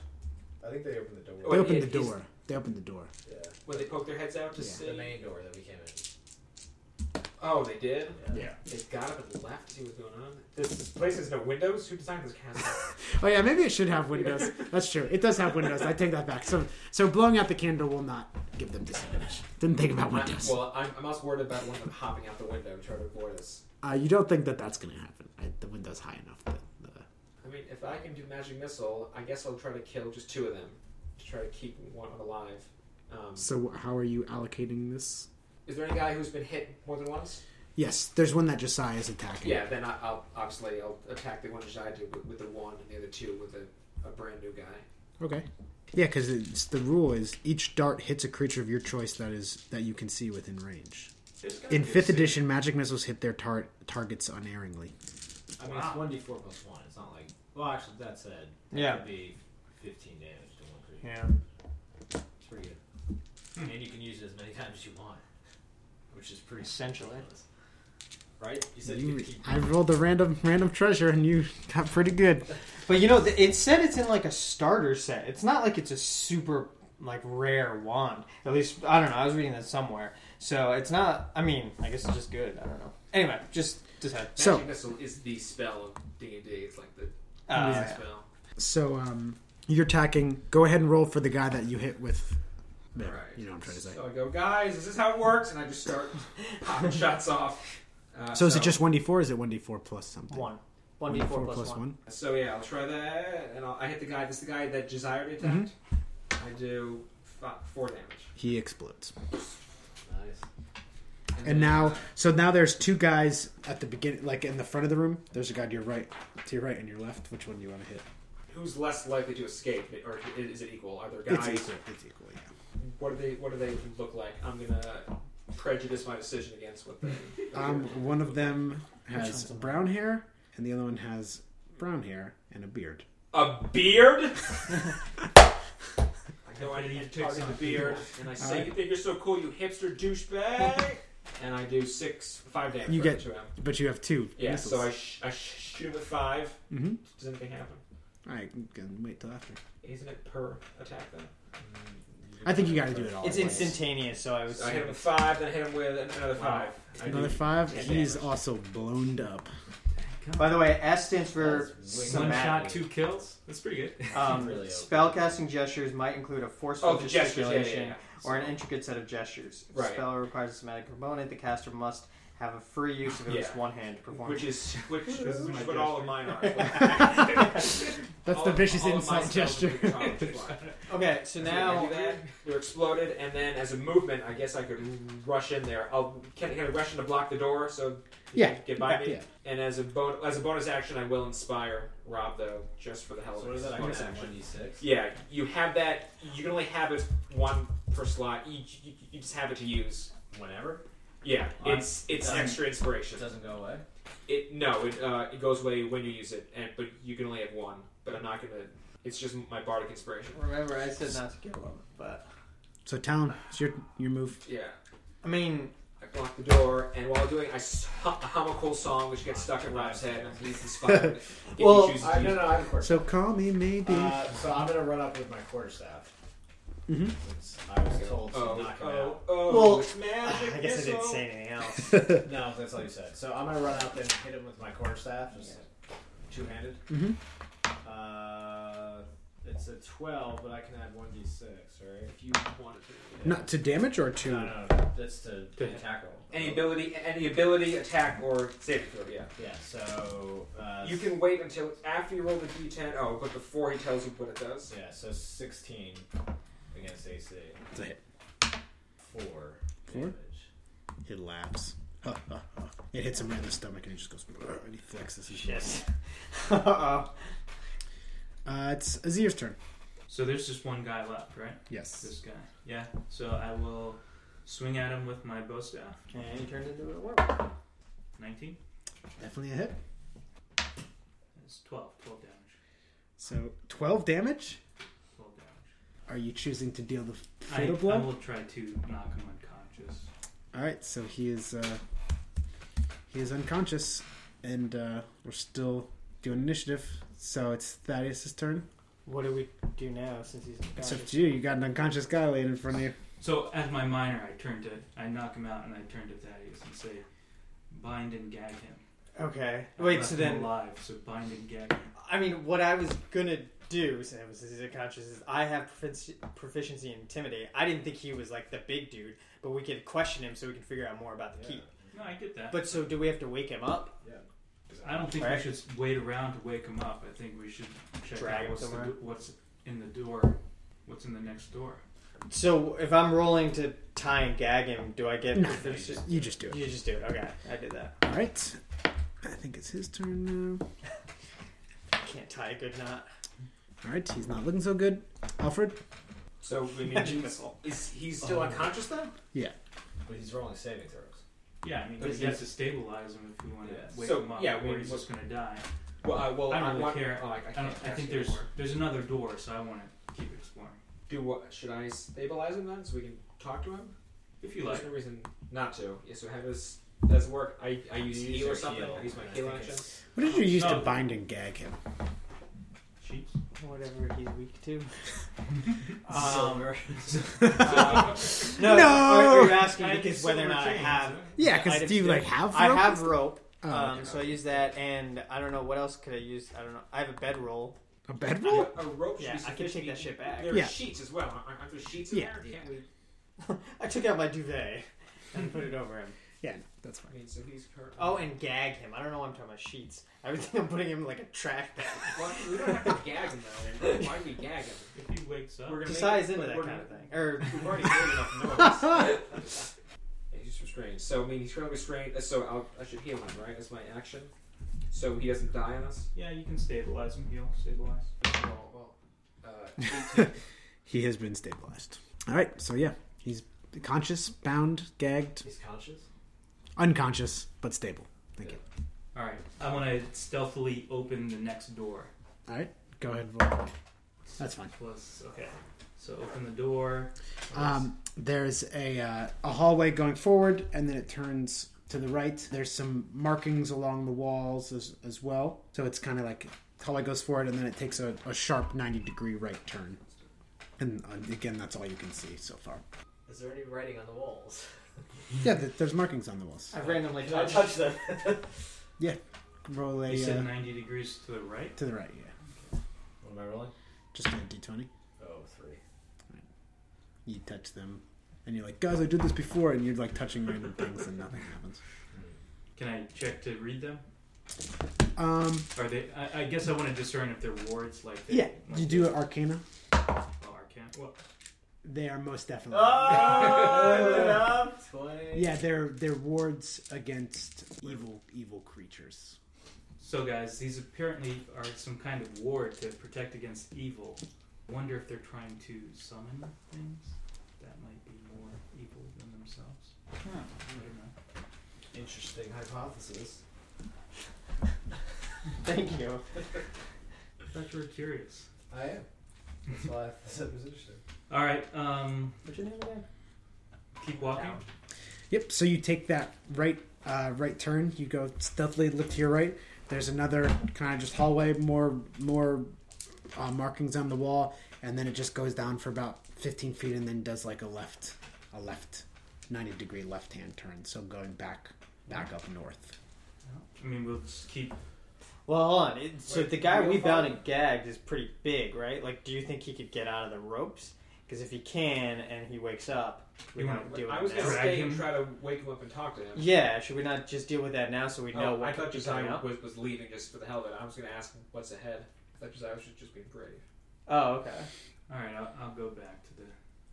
I think they opened the door. Oh, They it- open the it is- door. They open the door. yeah. When they poke their heads out to Yeah. see. The main door that we came in. Oh, they did. Yeah. They got up and left. See what's going on. This place has no windows. Who designed this castle? Oh yeah, maybe it should have windows. That's true. It does have windows. I take that back. So so blowing out the candle will not give them disadvantage. Didn't think about I'm, windows. well, I'm, I'm also worried about one of them hopping out the window and trying to avoid us. Uh, you don't think that that's gonna happen. I, the window's high enough that. Uh, I mean, if I can do magic missile, I guess I'll try to kill just two of them to try to keep one alive. Um, so how are you allocating this? is there any guy who's been hit more than once? Yes, there's one that Josiah is attacking. Yeah, then I, I'll obviously I'll attack the one that I did with, with the wand and the other two with a, a brand new guy. Okay. Yeah, because the rule is each dart hits a creature of your choice that is that you can see within range. There's gotta In be a fifth six. edition, magic missiles hit their tar- targets unerringly. I mean, it's one d four plus one. It's not like. Well, actually, that said, that Yeah. would be fifteen damage to one creature. Yeah. It's pretty good. And you can use it as many times as you want. which is pretty Essentially. ridiculous. Right? You said you You, could keep I rolled a random random treasure and you got pretty good. But you know, th- it said it's in like a starter set. It's not like it's a super like rare wand. At least I don't know. I was reading that somewhere. So it's not. I mean, I guess it's just good. I don't know. Anyway, just decide. So- Magic missile is the spell of D and D. It's like the Uh, Ah, Yeah. spell. So um, you're attacking. Go ahead and roll for the guy that you hit with. There, Right. You know what I'm trying to say. So I go, guys, is this how it works? And I just start popping shots off. Uh, So is it just 1d4 or is it 1d4 plus something? One. One d four plus one. So yeah, I'll try that, and I'll, I hit the guy. This is the guy that desired attacked. Mm-hmm. I do five, four damage. He explodes. nice. And now, so now there's two guys at the beginning, like in the front of the room. There's a guy to your right, to your right, and your left. Which one do you want to hit? who's less likely to escape, or is it equal? Are there It's guys? equal. It's equal. Yeah. What do they? What do they look like? I'm gonna prejudice my decision against what they. Um, one of them has one's a- brown hair, and the other one has brown hair and a beard. A beard? I know I need to take some beard. And I say, Alright. You think you're so cool, you hipster douchebag? and I do six, five damage You get- to him. But you have two. Yeah, missiles. so I, sh- I sh- shoot him with five. Mhm. Does anything happen? All right, you can wait till after. Isn't it per attack then? I think you got to do it all. It's at once. instantaneous, so I was. So I hit him with five, then I hit him with another five. I do- Another five. Yeah, He's damage. also blown up. By the way, S stands for That's One shot, somatic. two kills. That's pretty good. Um, Really open. spellcasting gestures might include a forceful Oh, the gestures, yeah, gesticulation yeah, yeah. or an intricate set of gestures. If Right. a spell requires a somatic component, the caster must have a free use of at least Yeah. one hand to perform. Which is which, which This is is my what all of mine are. That's All the of- vicious all of Oh, my insult spells are gesture. college wide. okay, so now now you're exploded, and then as a movement, I guess I could rush in there. I'll can, can I rush in to block the door so he Yeah. can get by me. Yeah. And as a bon- as a bonus action, I will inspire Rob though, just for the hell of So it. what is that? I Bonus guess like action. 1d6? Yeah, you have that. You can only have it one per slot. You, you, you just have it to use. Whenever? Yeah, Alright. it's it's Um, extra It inspiration. doesn't go away. It no, it uh, it goes away when you use it, and but you can only have one. But I'm not gonna. It's just my bardic inspiration. remember I said not to kill him, but So Talon, it's your your move. Yeah. I mean I block the door, and while doing, I s- hum a cool song, which gets stuck in Rob's head and leaves the spot. Well, Oh, I, no, no, I have a question. So call me maybe. Uh, so I'm gonna run up with my quarterstaff. Mhm. Since I was told to oh, knock him oh, out. oh, Well, it's magic I guess I missile. didn't say anything else. No, that's all you said. So I'm gonna run up and hit him with my quarterstaff. Just Two handed? Mm-hmm. uh, it's a twelve, but I can add one d six, right? If you wanted to. Not to damage or to. No, no, no, that's to To hit. tackle. Any ability, any ability, attack, or saving throw, yeah. Yeah. So uh, You can wait until after you roll the d10, oh, but before he tells you what it does. Yeah. So sixteen against AC. It's a hit. Four. Four? Damage. It laughs. it hits him right in the stomach and he just goes. "Brr," And he flexes his Shit. Uh-oh. Uh, it's Azir's turn. So there's just one guy left, right? Yes. This guy. Yeah. So I will swing at him with my bow staff. And he turned into a werewolf. 19. Definitely a hit. That's 12. 12 damage. So 12 damage. 12 damage. Are you choosing to deal the I, fatal blow? I will try to knock him unconscious. All right, so he is uh, he is unconscious, and uh, we're still doing initiative. So it's Thaddeus' turn. What do we do now since he's It's up to you. You got an unconscious guy laying in front of you. So as my minor, I turn to, I knock him out and I turn to Thaddeus and say, bind and gag him. Okay. I Wait, left so him then Alive, so bind and gag him. I mean, what I was gonna do since I was since he's unconscious is I have profici- proficiency in intimidate. I didn't think he was like the big dude, but we could question him so we can figure out more about the Yeah. keep. No, I get that. But so do we have to wake him up? I don't think Alright. we should wait around to wake him up. I think we should check Drag him out what's, the, somewhere. do- what's in the door, what's in the next door. So if I'm rolling to tie and gag him, do I get No, proficiency? You just do it. You just do it. Okay, I did that. All right. I think it's his turn now. Can't tie a good knot. All right, he's not looking so good. Alfred. So, we mean, Magic he's, missile. is he still unconscious then? But he's rolling saving throws. Yeah, I mean, But we he's- have to stabilize him if we want Yeah. to wake So, him up, yeah, or we- he's just going to die. Well, I, well, I don't I'm really wondering- care. Oh, I, I can't I, don't, I cast think it there's anymore. there's another door, so I want to keep exploring. Do what? Should I stabilize him then so we can talk to him? if you like. There's no reason not to. Yeah, so have his does work. I, I use You use heal or your something. heal. I use my I heal think action. it's- What did you use to Oh. bind and gag him? Sheets. Whatever he's weak to. Um, Uh, No, No! Are, are you asking I because just whether or silver not I chains, have? right? Yeah, I'd because have do you still- like have? I rope? have rope, Oh, um, okay. so I use that, and I don't know what else could I use. I don't know. I have a bedroll. a bedroll. a rope should Yeah, be I can take sufficient. that shit back. There are Yeah. sheets as well. Aren't aren't there sheets in Yeah. there? Can't we? I took out my duvet and put it over him. Yeah, that's fine. I mean, so he's currently. Oh, and gag him. I don't know why I'm talking about sheets. I would think I'm putting him in, like a trash bag. Well, we don't have to gag him though. Why do we gag him? If he wakes up, We're gonna Josiah's make- into that we're- kind of thing. Er, Or We've already made enough noise. Yeah, he's restrained. So I mean, he's currently restrained. uh, So I'll, I should heal him, right? That's my action. So he doesn't die on us. yeah, you can stabilize him. He'll stabilize. Well, well, uh, 18. He has been stabilized. All right, so yeah, he's conscious, bound, gagged, he's conscious. unconscious, but stable. Thank you. All right, I want to stealthily open the next door. All right, go ahead. Roll. That's fine. Plus, okay. So open the door. Um, there's a uh, a hallway going forward, and then it turns to the right. There's some markings along the walls as, as well. So it's kind of like the hallway goes forward, and then it takes a, a sharp ninety degree right turn. And uh, again, that's all you can see so far. Is there any writing on the walls? Hmm. Yeah, th- there's markings on the walls. I randomly Did I touch touched. them? Roll a You said uh, 90 degrees to the right. to the right. Yeah, What am I rolling? just a d20. Oh, three. You touch them, and you're like, guys, I did this before, and you're like touching random things, and nothing happens. Can I check to read them? Um, Are they? I, I guess I want to discern if they're wards like. They, yeah, like you do an arcana. Oh, arcane. Well, They are most definitely. Oh! Oh, Twenty. Yeah, they're they're wards against evil evil creatures. so guys, these apparently are some kind of ward to protect against evil. Wonder if they're trying to summon things that might be more evil than themselves. I don't know. Interesting hypothesis. Thank you. I thought you were curious. I am. That's why I said it was interesting. All right. Um, What's your name again? keep walking. Yep. So you take that right uh, right turn. You go stealthily look to your right. There's another kind of just hallway, more more uh, markings on the wall, and then it just goes down for about 15 feet, and then does like a left a left 90 degree left hand turn. So going back back up north. I mean, we'll just keep. Well, hold on. It, so Wait, the guy real we bound fun? and gagged is pretty big, right? Like, do you think he could get out of the ropes? Because if he can and he wakes up, we You want want- to deal I with was that. gonna Drag stay and him. try to wake him up and talk to him. Yeah, should we not just deal with that now so we know Oh, what I thought could be coming Josiah up? was, was leaving just for the hell of it. I was going to ask him what's ahead. I thought Josiah was just being brave. Oh, okay. All right, I'll, I'll go back to the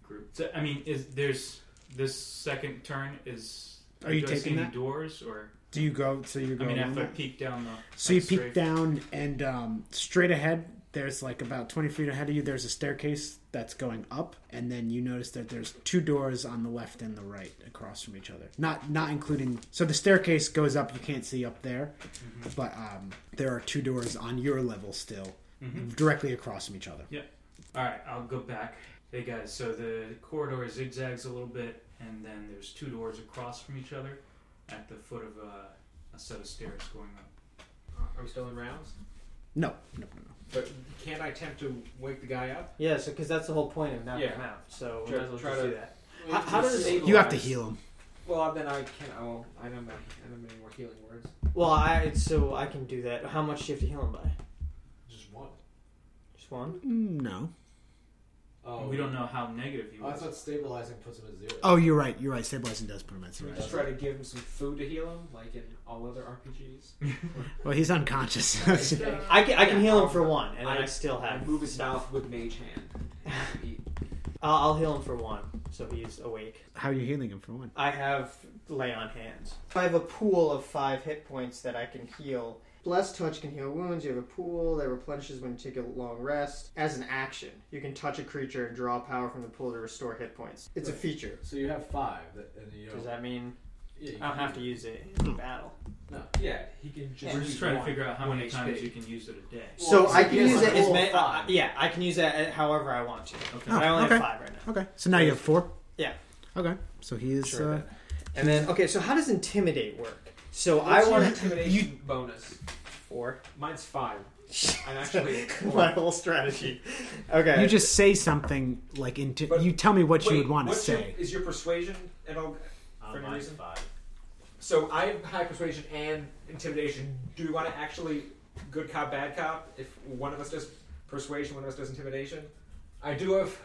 group. So, I mean, is there's this second turn is. Are you do I see taking any that? doors or? Do you go? So you're I going. mean, along if I that? peek down the. So you like, peek straight- down, and um, straight ahead, there's like about 20 feet ahead of you, there's a staircase that's going up, and then you notice that there's two doors on the left and the right across from each other. Not not including. So the staircase goes up, you can't see up there, Mm-hmm. but um, there are two doors on your level still, Mm-hmm. directly across from each other. All right, I'll go back. Hey guys, so the corridor zigzags a little bit, and then there's two doors across from each other, at the foot of uh, a, a set of stairs going up. Uh, Are we still in rounds? No, no, no, no. But can I attempt to wake the guy up? Yeah, so because that's the whole point of knocking Yeah. him out. So we Try- might as well try just to- do that. How- how does- Stabilize. You have to heal him. Well, then I can't. Oh, I don't know. I don't know any more healing words. Well, I so I can do that. How much do you have to heal him by? Just one. Just one. No. Oh, We don't know how negative he Oh, I was. thought stabilizing puts him at zero. Oh, you're right. You're right. Stabilizing does put him at Should we zero. just try to give him some food to heal him, like in all other RPGs? Well, he's unconscious. I can, I can Yeah, heal him I'll- for one, and then I, I- still I have. move his mouth with mage hand. Eat. I'll, I'll heal him for one, so he's awake. How are you healing him for one? I have lay on hands. I have a pool of five hit points that I can heal. Blessed touch can heal wounds. You have a pool that replenishes when you take a long rest. As an action, you can touch a creature and draw power from the pool to restore hit points. It's a feature. So you have five, that, and you Does don't. that mean yeah, you I don't can- have to use it in battle? Yeah, he can just. We're use just trying to one. figure out how One many times HP. you can use it a day. So Well, I can it's use a it as pool of many. five. Yeah, I can use that however I want to. Okay. But I only Oh, okay. have five right now. Okay. So now you have four. Yeah. Okay, so he is. Sure, uh, then. And then, okay, so how does intimidate work? So What's I your want intimidation bonus. four. Mine's five. I'm actually My whole strategy. Okay. you just say something like into. But- you tell me what you Wait, would want to what's your- say. is your persuasion at all? Uh, For any mine's reason? five. So I have high persuasion and intimidation. Do we want to actually good cop, bad cop? If one of us does persuasion, one of us does intimidation. I do have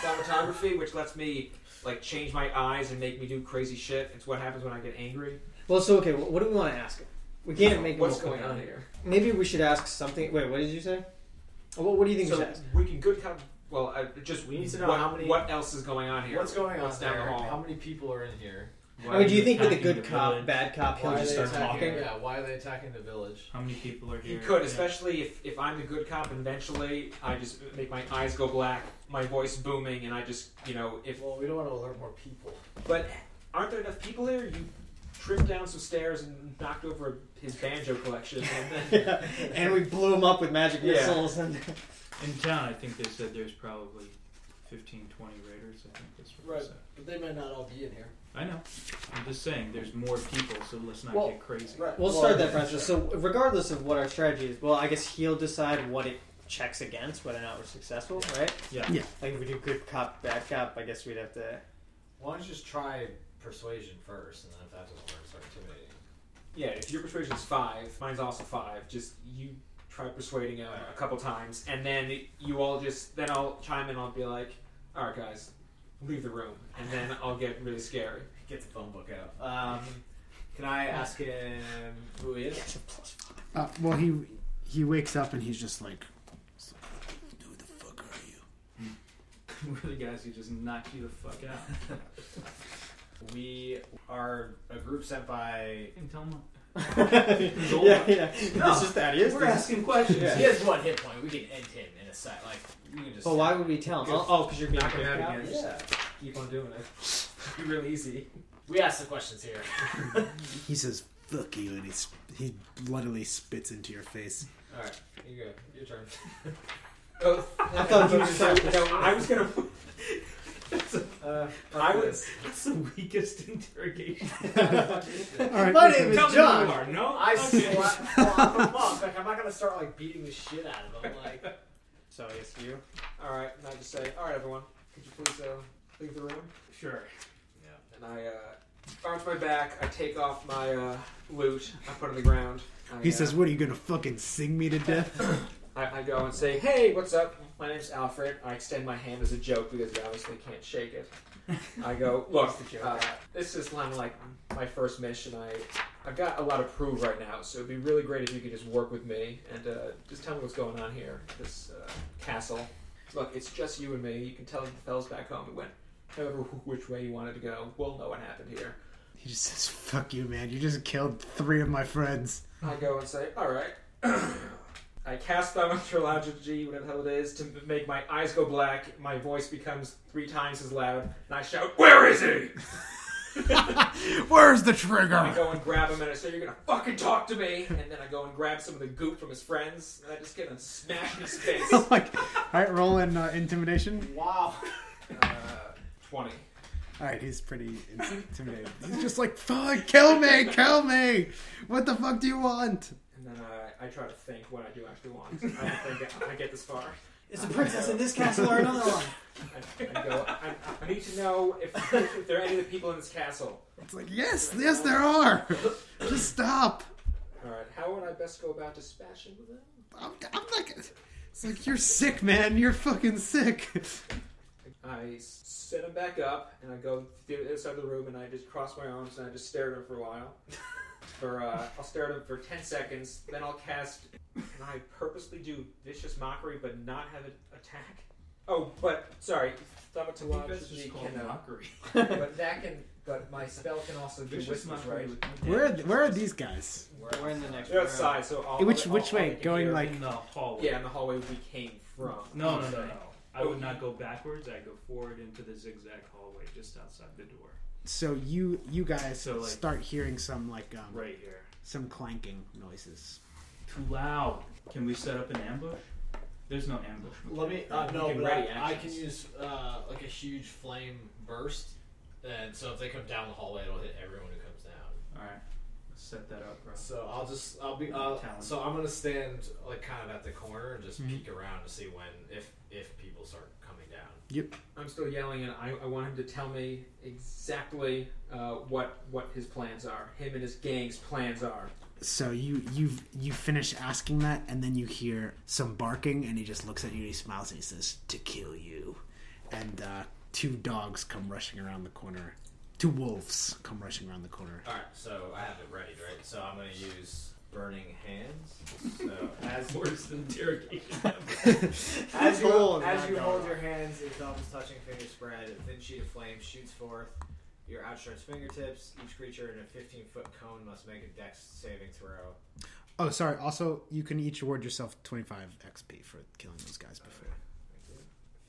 thaumatography, which lets me like change my eyes and make me do crazy shit. It's what happens when I get angry. well, so okay, wh- what do we want to ask him? We can't make him What's look going bad. on here? Maybe we should ask something. Wait, what did you say? Oh, What, what do you think we So should ask? we can good cop. Well, I, just We need to know what, how many- what else is going on here. What's going on What's down there? the hall? How many people are in here? Why I mean, are Oh, do they you think with a attacking good the cop, village? bad cop, he'll Why just are they start attacking- talking? Yeah, why are they attacking the village? How many people are here? You could, Yeah. especially if, if I'm the good cop, and eventually I just make my eyes go black, my voice booming, and I just, you know, if. Well, we don't want to alert more people. But aren't there enough people here? You tripped down some stairs and knocked over his banjo collection. And then, Yeah. And we blew him up with magic Yeah. missiles and In town, I think they said there's probably 15, 20 raiders. I think that's what Right. they said. But they might not all be in here. I know. I'm just saying there's more people, so let's not Well, get crazy. Right. We'll start that process. So, regardless of what our strategy is, well, I guess he'll decide what it checks against, whether or not we're successful, right? Yeah. Yeah. Like, if we do good cop, bad cop, I guess we'd have to. Why don't you just try persuasion first, and then if that doesn't work, start intimidating. yeah, if your persuasion's five, mine's also five, just you try persuading him a couple times, and then you all just. Then I'll chime in, I'll be like, alright, guys, leave the room. And then I'll get really scary. Get the phone book out. Um, can I ask him who he is? Uh, well, he he wakes up and he's just like, "Who the fuck are you?" We're the guys who just knock you the fuck out. We are a group sent by. You can tell them. yeah, yeah. It's just that, yes. We're asking questions. Yeah. He has one hit point. We can end him in a sec. Like we can just. But why would we tell him? Oh, Oh, because you're being Knock him good out cop? again. Yeah. Keep on doing it. Be real easy. We ask the questions here. He says, "Fuck you," and he sp- he bloodily spits into your face. all right. You go. Your turn. Oh, I thought you were so. No, I was gonna. Uh, I would. That's the weakest interrogation. All right, My listen. name is John. John. no, I okay. slap slap him up. Like I'm not gonna start like beating the shit out of him. Like So, I guess you. All right, and I just say, all right, everyone, could you please uh, leave the room? Sure. And I uh, arch my back. I take off my uh, loot. I put it on the ground. I, He uh, says, "What are you gonna fucking sing me to death?" I, I go and say, hey, what's up? My name's Alfred. I extend my hand as a joke because you obviously can't shake it. I go, look, uh, this is kind of like my first mission. I, I've got a lot of proof right now, so it'd be really great if you could just work with me and uh, just tell me what's going on here, this uh, castle. Look, it's just you and me. You can tell the fellas back home it went however wh- which way you wanted to go. We'll know what happened here. He just says, "Fuck you, man! You just killed three of my friends." I go and say, all right. I cast thaumaturgy, whatever the hell it is, to make my eyes go black. My voice becomes three times as loud, and I shout, "Where is he?" Where's the I trigger? go and grab him, and I say, "You're gonna fucking talk to me!" And then I go and grab some of the goop from his friends, and I just get and smash in his face. Uh, like, all right, roll in uh, intimidation. wow. Uh, Twenty. All right, he's pretty intimidated. He's just like, "Fuck, kill me, kill me! What the fuck do you want?" And then I, I try to think what I do actually want. I don't think I, I get this far. Is the princess in this castle or another one? I, I go. I, I need to know if, if there are any of the people in this castle. It's like, yes, yes, there are. Just stop. All right, how would I best go about dispatching them? I'm, I'm like, it's like you're sick, man. You're fucking sick. I set him back up, and I go to the other side of the room, and I just cross my arms, and I just stare at him for a while. for uh, I'll stare at him for ten seconds, then I'll cast, and I purposely do vicious mockery, but not have it attack. Oh, but sorry, That's thaumaturgy just can, called uh, mockery. but that can, but my spell can also do Vicious whispers, mockery right? with no Where are, damage. where are these guys? We're in the next They're room. outside, so all Which- all- which all way? they can Going, hear- like- in the hallway? yeah, in the hallway we came from. No, no, no, Outside. no. I would not go backwards. I go forward into the zigzag hallway just outside the door, So you you guys So, like- start hearing some like um, right here. some clanking noises. Too loud. Can we set up an ambush? There's no ambush. Let me. Uh, You no, can but ready I, I can actions. use uh, like a huge flame burst And so if they come down the hallway, it'll hit everyone who comes down. All right, let's set that up, bro. So I'll just I'll be uh, Talent. so I'm gonna stand like kind of at the corner and just Mm-hmm. peek around to see when if if people start coming down. I'm still yelling, and I, I want him to tell me exactly uh, what what his plans are. Him and his gang's plans are. So you you you finish asking that, and then you hear some barking, and he just looks at you, and he smiles, and he says, "To kill you." And uh, two dogs come rushing around the corner. Two wolves come rushing around the corner. All right, so I have it ready, right? So I'm gonna use burning hands. So As, Worse than interrogation. as you, Hold, as not you going hold on. your hands, the thumbs touching, fingers spread, a thin sheet of flame shoots forth. Your outstretched fingertips. Each creature in a 15 foot cone must make a dex saving throw. Oh, sorry. Also, you can each award yourself twenty five XP for killing those guys before.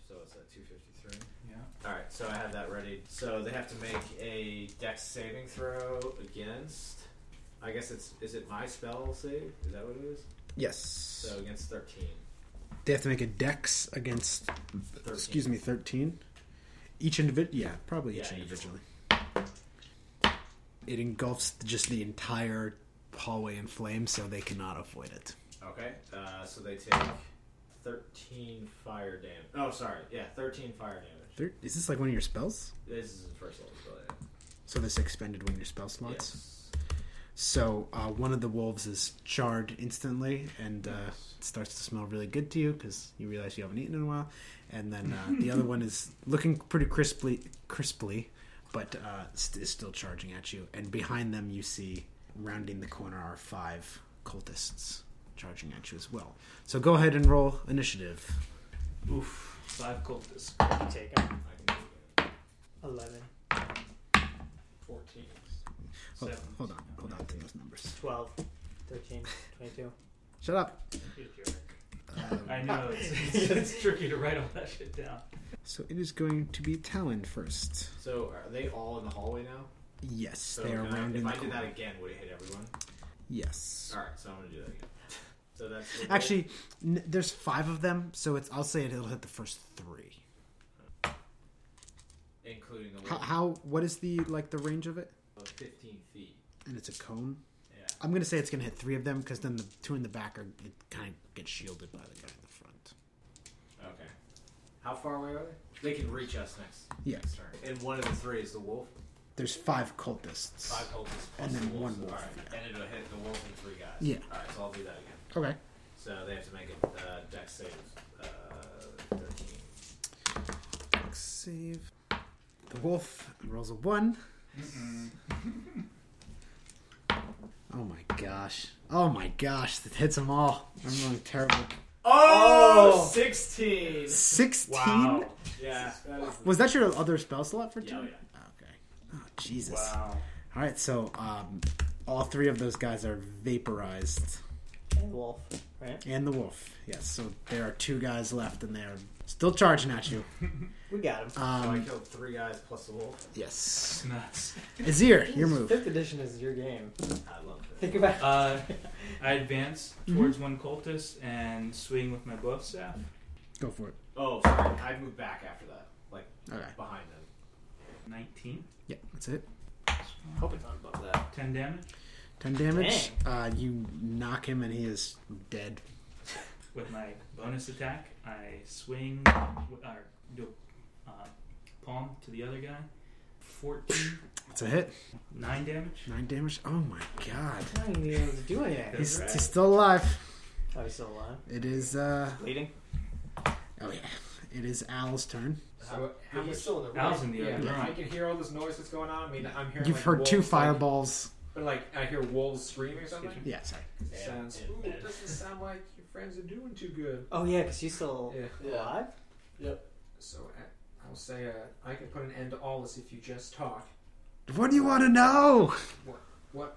So it's at 253. Yeah. All right, so I have that ready. So they have to make a dex saving throw against. I guess it's is it my spell save? Is that what it is? Yes. So against 13. They have to make a dex against. 13. Excuse me, thirteen. Each individual, yeah, probably each Yeah, each individually. It engulfs just the entire hallway in flames, so they cannot avoid it. Okay, uh, so they take 13 fire damage. Oh, sorry. Yeah, 13 fire damage. Thir- Is this like one of your spells? This is the first level spell. yeah. So this expended one of your spell slots. Yes. So uh, one of the wolves is charred instantly, and uh, Nice. it starts to smell really good to you because you realize you haven't eaten in a while. And then uh, the other one is looking pretty crisply, crisply, but uh, st- is still charging at you. And behind them, you see rounding the corner are five cultists charging at you as well. So go ahead and roll initiative. Oof. Five cultists. Take him. I can Eleven. 14. Hold, Seven. hold on, hold on to those numbers. 12, 13, 22. Shut up. Um, I know it's, it's tricky to write all that shit down. so it is going to be Talon first. So are they all in the hallway now? Yes, So they are Oh, can I- rounding If the I did corner. that again, would it hit everyone? Yes. All right, so I'm gonna do that again. So that's the roll. Actually, n- there's five of them, so it's. I'll say it, it'll hit the first three. including the How, little- how? What is the like the range of it? of 15 feet. And it's a cone. Yeah. I'm gonna say it's gonna hit three of them because then the two in the back are it kind of get shielded by the guy in the front. Okay. How far away are they? They can reach us next. Yeah. Next turn. And one of the three is the wolf. There's five cultists. Five cultists plus And then the wolf. one so- wolf, All right. And it'll hit the wolf and three guys. Yeah. All right, so I'll do that again. Okay. So they have to make a uh, dex save. Uh, 13. Save. The wolf rolls a one. oh my gosh! Oh my gosh! That hits them all. I'm rolling terrible. Oh, 16! Sixteen. Wow. Yeah. That is Was that your other spell slot for Yeah, tonight? Okay. Oh Jesus. Wow. All right, so um, all three of those guys are vaporized, Wolf. and the wolf. Yes, so there are two guys left, and they are still charging at you. We got him. so I Um, killed three guys plus the wolf. yes, Nuts. Azir, your move. Fifth edition is your game. I love that. Think about Uh, I advance towards one cultist and swing with my bow staff. Go for it. Oh, sorry. I moved back after that. Like, Okay. behind them. 19. Yeah, that's it. Hope it's not above that. 10 damage. Ten damage. Uh, you knock him, and he is dead. With my bonus attack, I swing, or do a uh, palm to the other guy. 14. That's a hit. 9 damage. Nine damage. Oh my god. not even being able to do anything. He's, Right. he's still alive. Oh, he's still alive. It is. Uh, Bleeding? oh yeah. It is Al's turn. So how He's much? still in the Al's in the Yeah, other I room. can hear all this noise that's going on. I mean, I'm hearing. You've like, heard two wolves, like- fireballs. but like, I hear wolves screaming or something. Excuse Yeah, sorry. It sounds. Yeah. Ooh, it doesn't sound like your friends are doing too good. Oh, yeah, because he's still Yeah. Yeah. alive? So I, I will say, uh, I can put an end to all this if you just talk. What do you want to know? What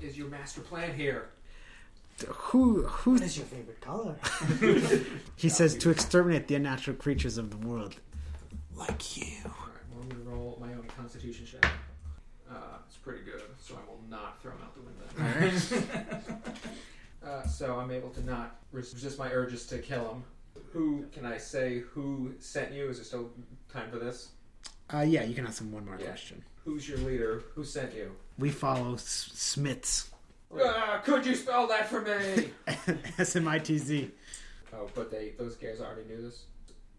is your master plan here? Who who What is your favorite color? He says to exterminate the unnatural creatures of the world. Like you. All right, well, I'm gonna roll my own Constitution check. Uh, it's pretty good, so I will not throw him out the window. Uh, so I'm able to not res- resist my urges to kill him. Who can I say who sent you? Is there still time for this? Uh, yeah, you can ask him one more Yeah. question. Who's your leader? Who sent you? We follow S- Smits. Ah, could you spell that for me? S M I T Z. oh, but they those guys already knew this.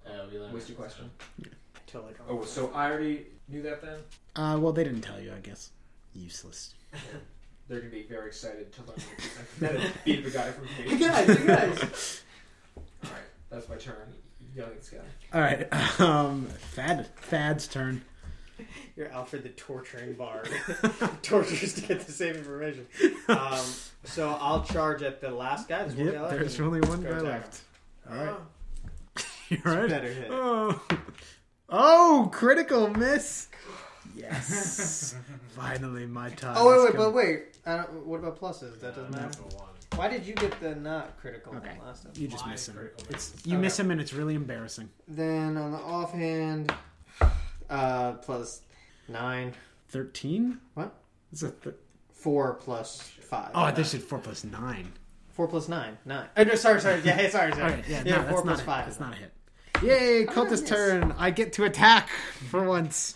Uh, we learned What's your question? Totally don't Oh, know. so I already knew that then. Uh, well, they didn't tell you, I guess. Useless. They're gonna be very excited to learn that I beat the guy from me. You guys, you guys. All right, that's my turn. Youngest guy. All right, um, Thad, Thad's turn. You're Alfred the torturing bard. Tortures to get the same information. Um, so I'll charge at the last guy. There's one guy Yep, left. there's and only one go guy attack left. All right, him. you're right. Better hit. Oh. oh, critical miss. Yes, finally my time. Oh wait, has wait, come. but wait. I don't, what about pluses? That doesn't matter. Number one. Why did you get the not critical Mm-hmm. Okay. one last time? you just Why miss him. critical It's you miss him, and it's really embarrassing. Then on the offhand, uh, plus nine, Thirteen. What? It's a th- four plus five. oh, they said four plus nine. Four plus nine, nine. Oh, no, sorry, sorry. Yeah, hey, sorry, All sorry. right, yeah, yeah no, four that's plus not five. It. That's not a hit. Yay, cultist turn. I get to attack for once.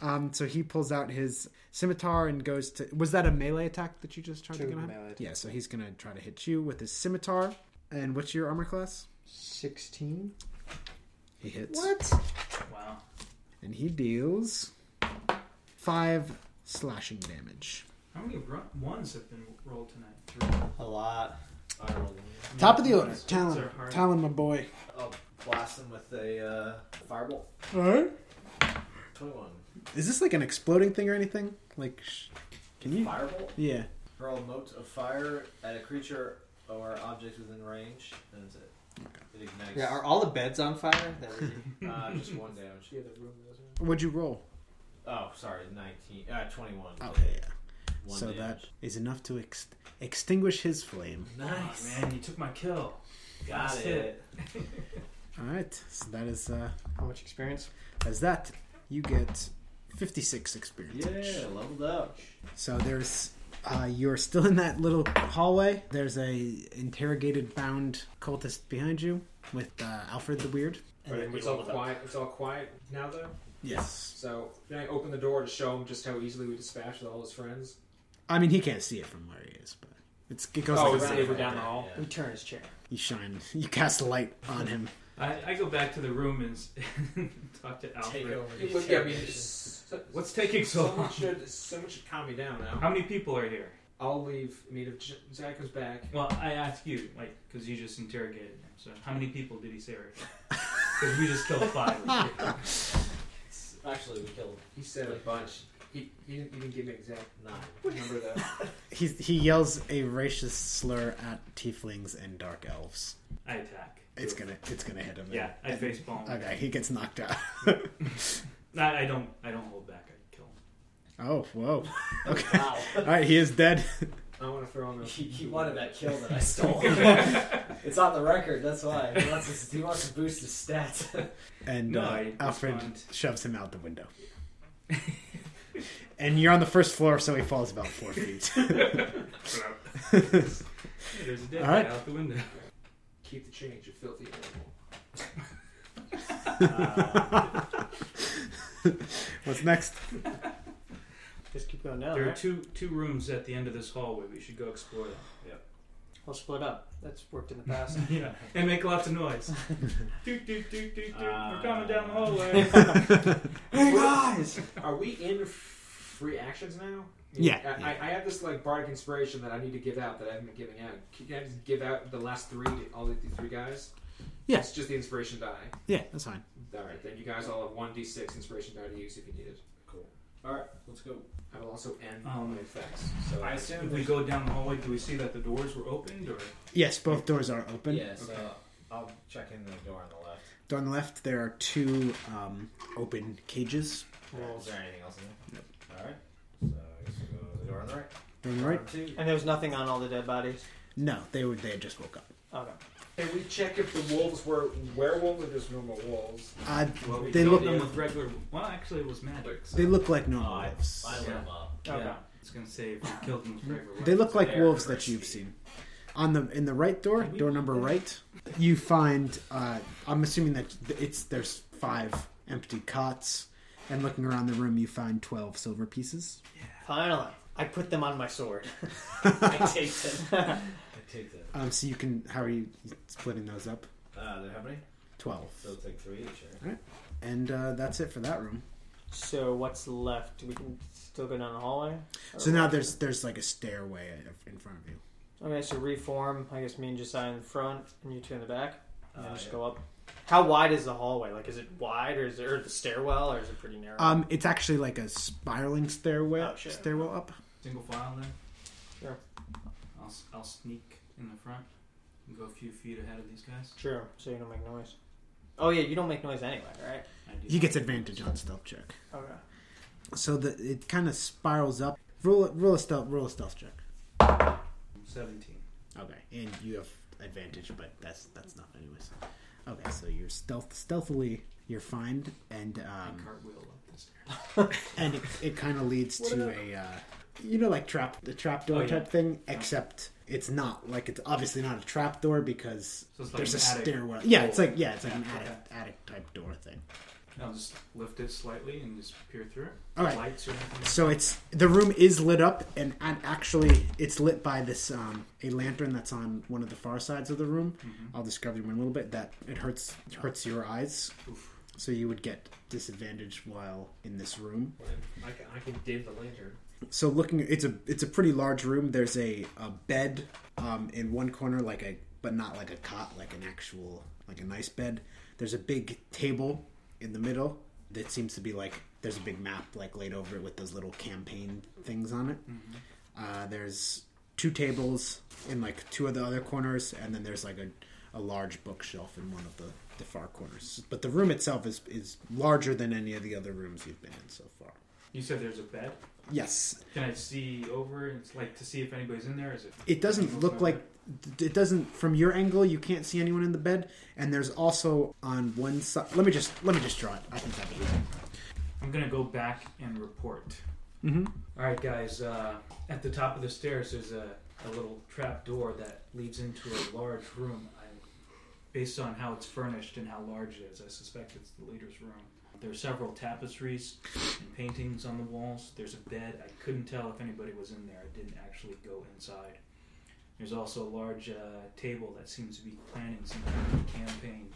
Um, so he pulls out his scimitar and goes to. Was that a melee attack that you just tried Two to get on? melee Yeah, so he's gonna try to hit you with his scimitar. And what's your armor class? Sixteen. He hits, What? Wow. and he deals five slashing damage. How many run- ones have been rolled tonight? Three. A lot. I rolled one. Top of the order, Ones Talon. are hard. Talon, my boy. I'll Oh, blast him with a uh, firebolt. All right. 21. Is this like an exploding thing or anything? Like, sh- can you? Firebolt? Yeah. Hurl a mote of fire at a creature or object within range. And that's it. It ignites. Yeah, are all the beds on fire? That would be- uh, just one damage. Yeah, the room is. What'd you roll? Oh, sorry, 19. Uh, 21. Okay, yeah. One so that damage. is enough to ex- extinguish his flame. Nice. Oh, man, you took my kill. Got That's it. it. All right, so that is uh, How much experience? as that you get fifty six experience. Yeah, leveled up. So there's uh, you're still in that little hallway. There's a interrogated bound cultist behind you with uh, Alfred the Weird. Right, it's all quiet. It's all quiet now, though. Yes, So then I open the door to show him just how easily we dispatched all his friends. I mean he can't see it from where he is, but it's it goes Oh, like it's that. Avery down the hall. Yeah. We turn his chair. You shine, you cast light on him. I, I go back to the room and s- talk to Take Alfred. over. It the would- yeah, I mean, interrogation. s- s- What's taking so someone long? should someone should calm me down now. How many people are here? I'll leave. I mean, if J- Zach comes back, Well, I asked you, like, because you just interrogated him. So, how many people did he say right Because we just killed five. Actually, we killed he said a bunch. He, he, didn't, he didn't give me an exact nine. number though. He he yells a racist slur at tieflings and dark elves. I attack. It's gonna it's gonna hit him. Yeah, I And- face bomb. Okay, he gets knocked out. I, I don't. I don't hold back. I kill him. oh, whoa. Okay. Wow. All right, he is dead. I want to throw him. A, He, he wanted that kill that I stole. it's on the record, that's why. He wants, us- he wants to boost his stats. And No, uh, I Alfred respond. shoves him out the window. and you're on the first floor, so he falls about four feet. There's a dead All right. guy out the window. keep the change, you filthy animal. What's next? Just keep going down. There are Right? two two rooms at the end of this hallway. We should go explore them. We'll split up. That's worked in the past. Yeah, and make lots of noise. doot, doot, doot, doot, doot. We're coming down the hallway. hey guys! Are we in free actions now? Yeah. I, I, I have this like bardic inspiration that I need to give out that I haven't been giving out. Can I just give out the last three to all these three guys? Yeah. It's just the inspiration die. Yeah, that's fine. All right, then you guys all have one d6 inspiration die to use if you need it. Alright, let's go. I will also end Um, my effects. So I if assume we we go down the hallway, do we see that the doors were opened or? Yes, both doors are open. Yeah, so I'll check in the door on the left. On the left, there are two um, open cages. Is there anything else in there? Alright. So I guess we'll go to the door on the right. Doing right? Two. And there was nothing on all the dead bodies. No, they were they had just woke up. Okay. Can we check if the wolves were werewolves or just normal wolves? Uh, Well, we they killed look them with regular. Well, actually, it was magic. So, they look like Oh, normal I, wolves. I lit Yeah. him up. yeah, Okay. I was gonna say if we killed them with regular. They weapons. look like Very wolves that crispy. you've seen. On the in the right door, Can we- door number right, you find. Uh, I'm assuming that it's there's five empty cots. And looking around the room, you find 12 silver pieces. Finally, I put them on my sword. I take them. I take that. Um, so you can, how are you splitting those up? Uh, they're how many? 12. So it's like three each, right? And uh, that's it for that room. so what's left? We can still go down the hallway. So now there's there's like a stairway in front of you. Okay, so reform. I guess me and Josiah in the front, and you two in the back, and then Uh, just yeah. go up. How wide is the hallway? Like, is it wide, or is it or the stairwell, or is it pretty narrow? Um, it's actually like a spiraling stairway, Oh, shit. stairwell up. Single file then? Sure. I'll, s- I'll sneak in the front and go a few feet ahead of these guys. True. So you don't make noise. Oh yeah, you don't make noise anyway, right? I do He gets advantage on stealth check. Okay. So the it kind of spirals up. Roll, roll a stealth, roll a stealth check. 17. Okay, and you have advantage, but that's that's not anyways. Okay, so you're stealth stealthily you're fined, and I um, cartwheel up the stairs. and it, it kind of leads to a uh, you know like trap the trap door Oh, yeah. type thing, except it's not like it's obviously not a trap door because So it's like there's an a attic stairwell. Yeah, it's door. like yeah, it's like an Yeah, attic okay. attic type door thing. I'll just lift it slightly and just peer through it. Alright. Lights or anything. So it's the room is lit up, and and actually it's lit by this um, a lantern that's on one of the far sides of the room. Mm-hmm. I'll describe you in a little bit that it hurts it hurts your eyes, so you would get disadvantage while in this room. I can, I can dim the lantern. So looking, it's a it's a pretty large room. There's a a bed um, in one corner, like a but not like a cot, like an actual like a nice bed. There's a big table in the middle that seems to be like there's a big map like laid over it with those little campaign things on it. Uh, there's two tables in like two of the other corners, and then there's like a a large bookshelf in one of the the far corners. But the room itself is is larger than any of the other rooms you've been in so far. You said there's a bed. Yes, Can I see over and like to see if anybody's in there? Is it? it doesn't look like it doesn't from your angle you can't see anyone in the bed and there's also on one side let me just let me just draw it i think that'd be I'm gonna go back and report. mm-hmm. All right, guys. Uh, at the top of the stairs, there's a, a little trap door that leads into a large room. I, based on how it's furnished and how large it is, I suspect it's the leader's room. There are several tapestries and paintings on the walls. There's a bed. I couldn't tell if anybody was in there. I didn't actually go inside. There's also a large uh, table that seems to be planning some kind of campaign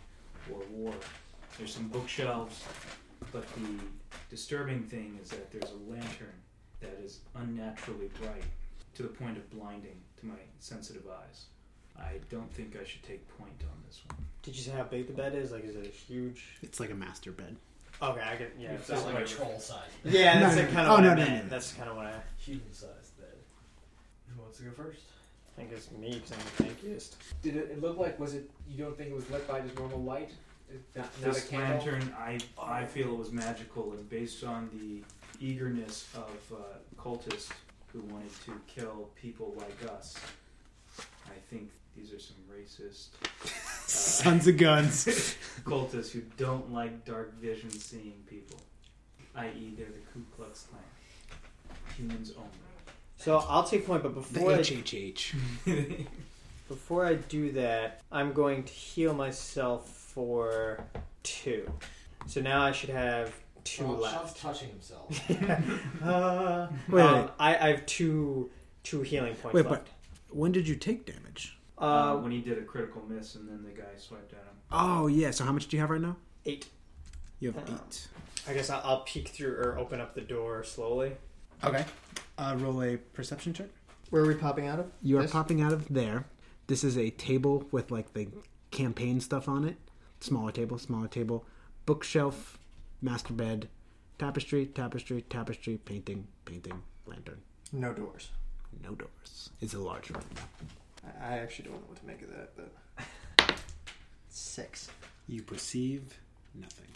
or war. There's some bookshelves, but the disturbing thing is that there's a lantern that is unnaturally bright to the point of blinding to my sensitive eyes. I don't think I should take point on this one. Did you say how big the bed is? Like, is it a huge? it's like a master bed Okay, I get. Yeah, It's so- Sounds like like a a- troll size. yeah. That's No, like kind no, no. of. Oh, what no, I no, meant. no, no. That's kind of what I Human sized bed. Who wants to go first? think is me because I'm the tankiest. Did it, it look like? Was it? You don't think it was lit by just normal light? It- Not, not a This candle. Oh. lantern, I, I feel it was magical, and based on the eagerness of uh, cultists who wanted to kill people like us, I think these are some racist sons of guns cultists who don't like dark vision seeing people, i.e., they're the Ku Klux Klan. Humans So I'll take point, but the E before I, hhh only. before I do that, I'm going to heal myself for two. So now I should have Oh, two Sean's left. touching himself. Uh, Wait, um, wait. I, I have two two healing points Wait, but- left. when did you take damage uh, uh, when he did a critical miss, and then the guy swiped at him. oh yeah so how much do you have right now eight. you have Uh, eight I guess I'll, I'll peek through or open up the door slowly. okay uh, roll a perception check Where are we popping out of? you are This? popping out of there this is a table with like the campaign stuff on it smaller table smaller table bookshelf master bed tapestry tapestry tapestry painting painting lantern No doors. no doors. It's a large room. I- I actually don't know what to make of that, but six. You perceive nothing.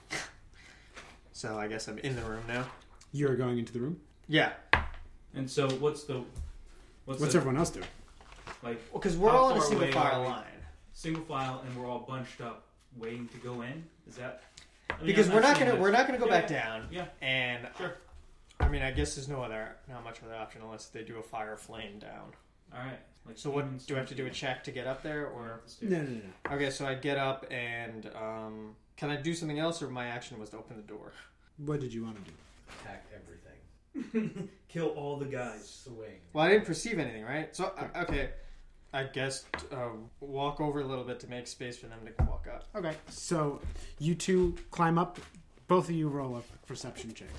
So I guess I'm in the room now. You're going into the room. Yeah, And so, what's the what's, What's the, everyone else doing? like because we're How all in a far single away file are we? line. single file, and we're all bunched up, waiting to go in? Is that I mean, Because I'm we're not saying gonna that- we're not gonna go Yeah, back down. Yeah, And Sure. I mean, I guess there's no other not much other option unless they do a fire or flame down. all right. Like So what humans do I have to do a do check to get up there, or Let's do it. no, no. okay? So I get up and um, can I do something else, or my action was to open the door? What did you want to do? Attack everything. Kill all the guys. Swing. Well, I didn't perceive anything, right? So uh, okay, I guess uh, walk over a little bit to make space for them to walk up. Okay, so you two climb up. Both of you roll a perception check.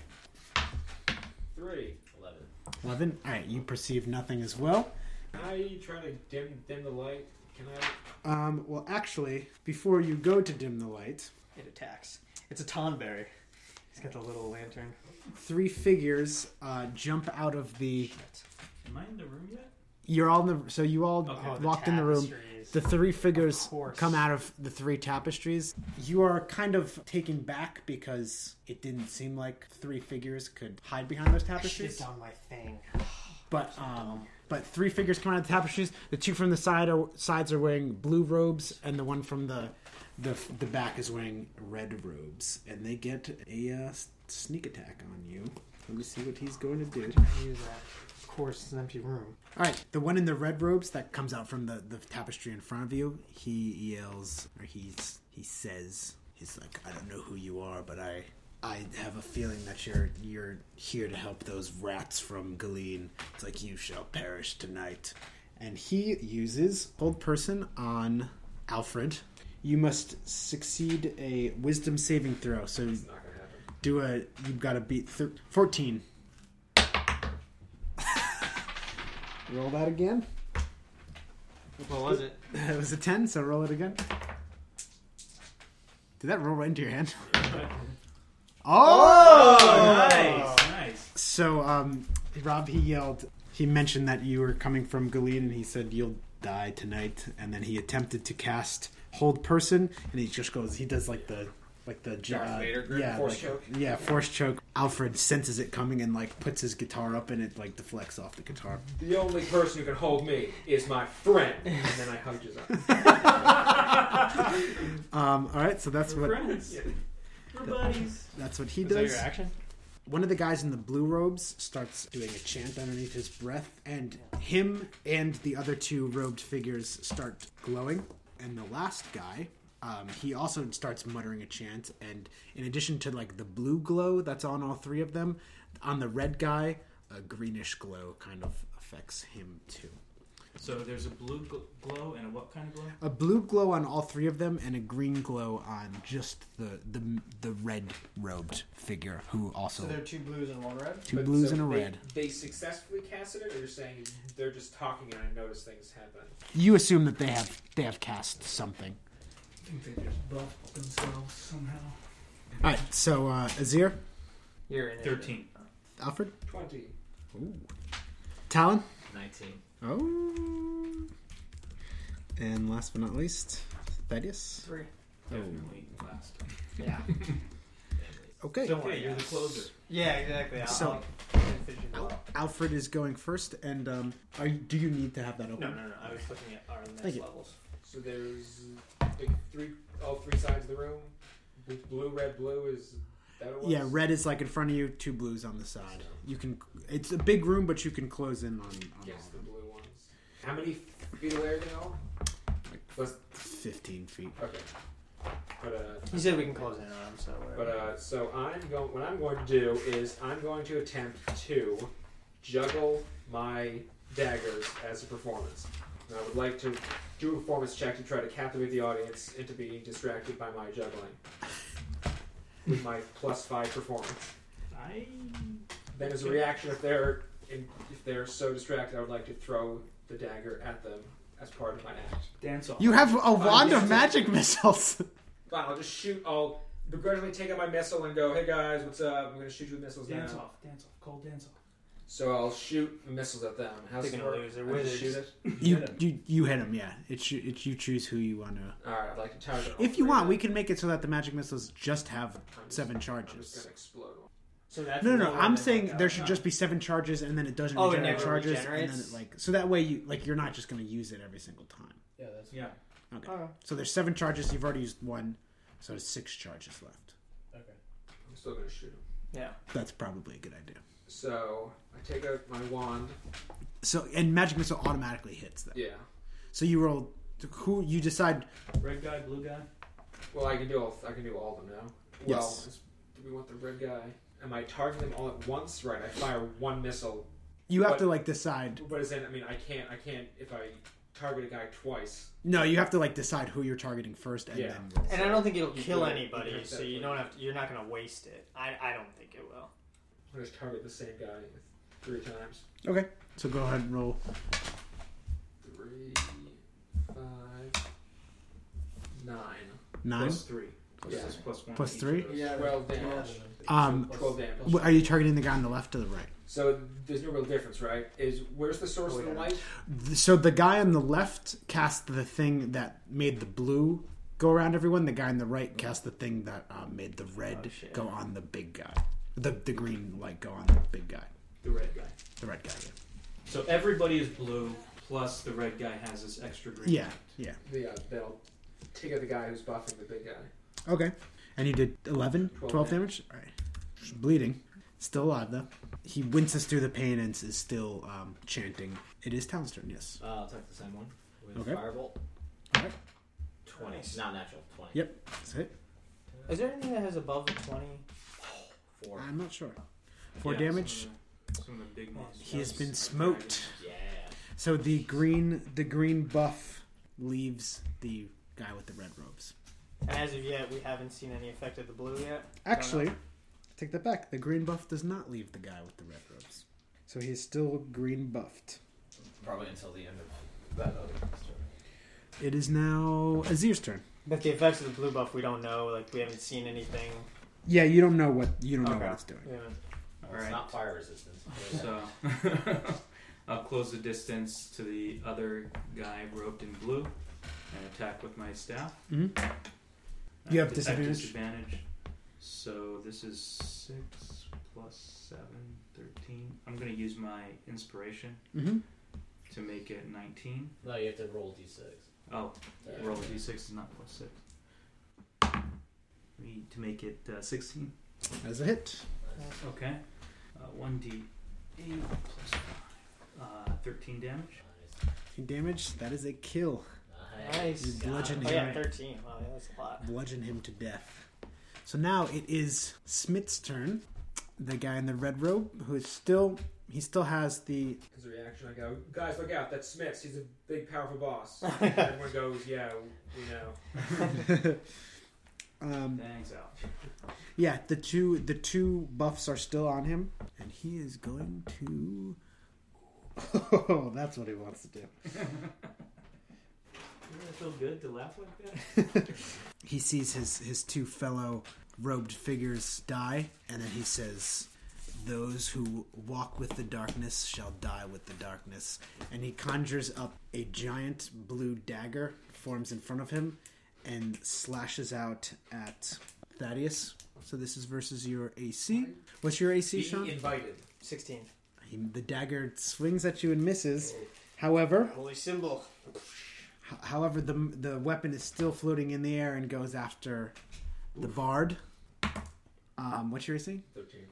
Three. Eleven. 11. All right, you perceive nothing as well. Can I try to dim dim the light? Can I? Um, well, actually, before you go to dim the light, It attacks. It's a Tonberry. He's got the little lantern. three figures uh, jump out of the. Am I in the room yet? You're all in the. So you all Okay. Oh, walked in the room. tapestries. The three figures Of course. come out of the three tapestries. You are kind of taken back because it didn't seem like three figures could hide behind those tapestries. Shit on my thing. But um, but three figures come out of the tapestries. The two from the side are, sides are wearing blue robes, and the one from the the the back is wearing red robes. And they get a uh, s- sneak attack on you. Let me see what he's going to do. I use that. uh, Of course, it's an empty room. All right, the one in the red robes that comes out from the, the tapestry in front of you, he yells or he's he says he's like, I don't know who you are, but I I have a feeling that you're you're here to help those rats from Galeen. It's like you shall perish tonight. And he uses hold person on Alfred. You must succeed a wisdom saving throw. So Not gonna happen. do a you've got to beat thir- 14. Roll that again. What was it? It was a 10, so roll it again. Did that roll right into your hand? Oh! Oh, nice, nice. So, um, Rob, he yelled, he mentioned that you were coming from Galeen, and he said, You'll die tonight. And then he attempted to cast Hold Person, and he just goes, he does like the. Like the j- Darth uh, Vader grip? yeah, Force like- choke? yeah, force choke. Alfred senses it coming and like puts his guitar up, and it like deflects off the guitar. The only person who can hold me is my friend. And then I hugged his up. Um, all right, so that's We're what friends. We're buddies. that's what he Was that does. your action? One of the guys in the blue robes starts doing a chant underneath his breath, and him and the other two robed figures start glowing. And the last guy, um, he also starts muttering a chant. And in addition to like the blue glow that's on all three of them, on the red guy, a greenish glow kind of affects him too. So there's a blue gl- glow and a what kind of glow? A blue glow on all three of them, and a green glow on just the the, the red robed figure who also So there are two blues and one red. two But blues so and a they- red. They successfully casted it, or you're saying they're just talking and I noticed things happen? You assume that they have they have cast something. I think they just buffed themselves somehow. All right, so uh, Azir, You're in Thirteen. Alfred, 20. Talon. Nineteen. Oh. And last but not least, Thaddeus. Three. Definitely last. Yeah. Okay. Don't Okay, worry. you're the closer. Yeah, exactly. I'll, So- I'll finish it Al- up. Alfred is going first, and um, are you, do you need to have that open? No, no, no. I was looking at our next Thank you. levels. So there's like three, all three sides of the room. Bl- Blue, red, blue is that what it was? Yeah, red is like in front of you, two blues on the side. You can. It's a big room, but you can close in on, on all Yes, of the them. blue ones. How many feet away are they all? Was, Fifteen feet. okay. But uh, You said we can close in on him, so. whatever. but uh, so I'm going. What I'm going to do is I'm going to attempt to juggle my daggers as a performance. And I would like to do a performance check to try to captivate the audience into being distracted by my juggling with my plus five performance. I Then, as a reaction, if they're in, if they're so distracted, I would like to throw the dagger at them as part of my act. dance off. You have a wand yeah. of magic missiles. Fine, I'll just shoot. I'll begrudgingly take out my missile and go, "Hey guys, what's up? I'm gonna shoot you with missiles dance now." off, dance off, cold dance off. So I'll shoot missiles at them. How's They're it gonna work? lose. They're I just wizards. shoot it. you, you you hit him, yeah. It's, you- it's you choose who you want to. All right, I'd like to target. all If you three want, of we them. can make it so that the magic missiles just have I'm just- seven I'm just charges. gonna explode. one. so that's No, no, no. lower I'm than saying what there got- should just be seven charges, and then it doesn't Oh, it regenerate never charges, and then regenerates? it like so that way you like you're not just going to use it every single time. Yeah, that's Yeah. uh, Okay. Okay. So there's seven charges. You've already used one, so there's six charges left. I'm still gonna shoot them. That's probably a good idea. So I take out my wand. So and magic missile automatically hits them. Yeah. So you roll who you decide. Red guy, blue guy. Well, I can do all. I can do all of them now. Well, Yes. it's Do we want the red guy? Am I targeting them all at once? Right, I fire one missile. You have But- to like decide. But as in, I mean, I can't, I can't, if I target a guy twice. No, you have to like decide who you're targeting first, and Yeah. then And I don't think it'll You kill could- anybody, you could so you definitely- don't have to, you're not going to waste it. I, I don't think it will. I just target the same guy three times. okay. So go ahead and roll. Three, five, nine. Nine. Plus three. Plus, Yeah. this plus one. Plus each three? of those. Yeah. Twelve damage. Um, Twelve damage. wh- are you targeting the guy on the left or the right? So there's no real difference, right? Is where's the source of the light? Th- So the guy on the left cast the thing that made the blue go around everyone. The guy on the right cast the thing that uh, made the red shit. go on the big guy. The the green light go on the big guy. The red guy. The red guy. yeah. So everybody is blue, plus the red guy has this extra green. Yeah. Yeah. The uh, that'll take out the guy who's buffing the big guy. Okay. And you did 11, 12, Twelve damage? All right. She's bleeding. Still alive, though. He winces through the pain and is still um, chanting. It is Talon's turn, yes. Uh, I'll attack the same one with Okay. firebolt. Alright. Twenty, not natural. Twenty. Yep. That's it. Is there anything that has above the 20? Four. I'm not sure. For Yeah, damage, Some of the, some of the big names. he has been Are smoked. Yeah. So the green, the green buff leaves the guy with the red robes. And as of yet, we haven't seen any effect of the blue yet. Actually, take that back. The green buff does not leave the guy with the red robes. So he's still green buffed. Probably until the end of that other turn. It is now Azir's turn. But the effects of the blue buff, we don't know. Like, we haven't seen anything. Yeah, you don't know what you don't know Okay. what it's doing. We haven't- Well, Alright. It's not fire resistance. So I'll close the distance to the other guy robed in blue and attack with my staff. Mhm. I You have at disadvantage? disadvantage. So this is 6 plus 7, 13. I'm going to use my inspiration Mm-hmm. to make it 19. no, you have to roll d6. Oh, Sorry. roll a d6 is not plus 6. We need to make it uh, 16. As a hit. Okay. Uh, 1d8 plus 5. Uh, 13 damage. Damage. That is a kill. Nice. Nice. You bludgeon Oh, him. yeah, 13. Wow, yeah, that's a lot. Bludgeon him to death. So now it is Smith's turn. The guy in the red robe who is still he still has the His reaction, I go, guys, look out! That's Smiths. He's a big, powerful boss. Everyone goes, yeah, we know. um Thanks, out. yeah, the two the two buffs are still on him. And he is going to Oh, that's what he wants to do. Doesn't it feel good to laugh like that? he sees his his two fellow robed figures die and then he says those who walk with the darkness shall die with the darkness and he conjures up a giant blue dagger forms in front of him and slashes out at thaddeus so this is versus your ac what's your ac sean Be invited. 16. he, the dagger swings at you and misses however Holy symbol. H- However, the the weapon is still floating in the air and goes after the bard. Um, what's your AC? Thirteen.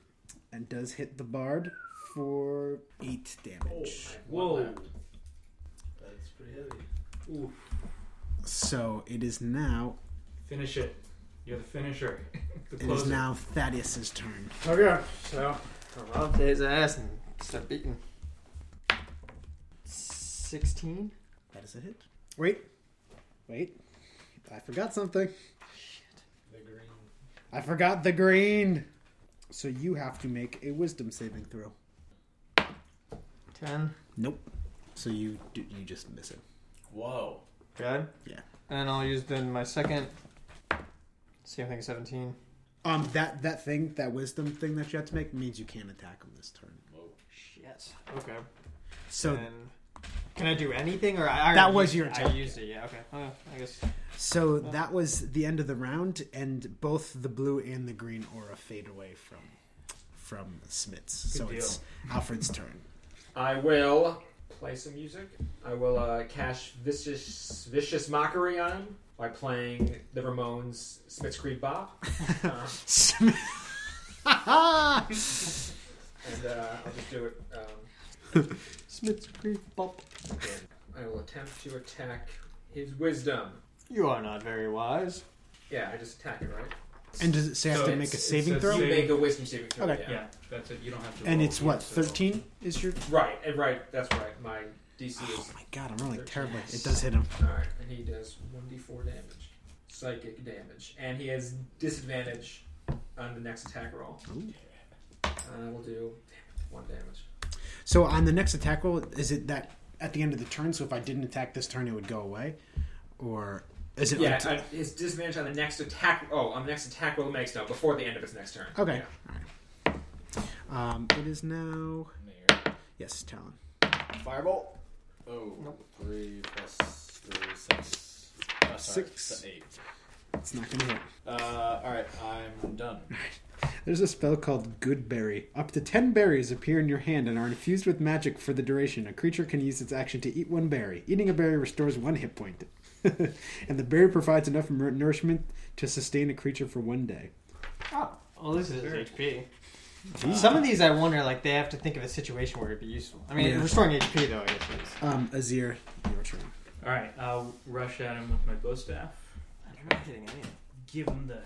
And does hit the bard for eight Oh, damage. Whoa. That's pretty heavy. Ooh. So it is now Finish it. You're the finisher. The it is closer. now Thaddeus's turn. Okay, so I rubbed his ass and start beating. Sixteen. That is a hit. Wait, wait, I forgot something. The green. I forgot the green. So you have to make a Wisdom saving throw. Ten. Nope. So you do, you just miss it. Whoa. Good. Yeah. And I'll use then my second. Same thing. Seventeen. Um, that that thing, that Wisdom thing that you have to make means you can't attack him this turn. Shit. Okay. So Then- can I do anything or I? I That already used was your it. I attack, used it. Yeah. Okay. Uh, I guess. So that was the end of the round, and both the blue and the green aura fade away from from Smith's. so deal. it's Alfred's turn. I will play some music. I will uh, cash vicious, vicious mockery on him by playing the Ramones' Smith's Creed Bop, uh, Smith. and uh, I'll just do it. Um, Smith's creep bump. I will attempt to attack his wisdom. You are not very wise. Yeah, I just attack it, right? And does it say I have So to it's- make a it saving says throw? You save- make a wisdom saving throw. Okay. Yeah. Yeah, that's it. You don't have to. And roll it's what against it. thirteen is your? Right. eh, Right. That's right. My DC Oh is, my god, I'm rolling 13. terribly. It does hit him. alright, and he does one d4 damage, psychic damage, and he has disadvantage on the next attack roll. Ooh. Uh, we'll do damn it, one damage. So on the next attack roll, is it that at the end of the turn? So if I didn't attack this turn, it would go away, or is it? Yeah, unt- uh, his disadvantage on the next attack. Oh, on the next attack roll makes no before the end of his next turn. okay. Yeah. All right. Um, it is now. Yes, Talon. Fireball. Oh, three plus three, six. Uh, sorry, Six. se- Eight. It's not going to hit. Uh, all right, I'm done. There's a spell called Goodberry. Up to 10 berries appear in your hand and are infused with magic for the duration. A creature can use its action to eat one berry. Eating a berry restores one hit point. and the berry provides enough mer- nourishment to sustain a creature for one day. Oh, well, this is HP. Some of these I wonder, like, they have to think of a situation where it'd be useful. I mean, Yeah. restoring HP, though, I guess is. Um, Azir, your turn. All right, I'll rush at him with my bow staff. I'm not hitting anything. Give him the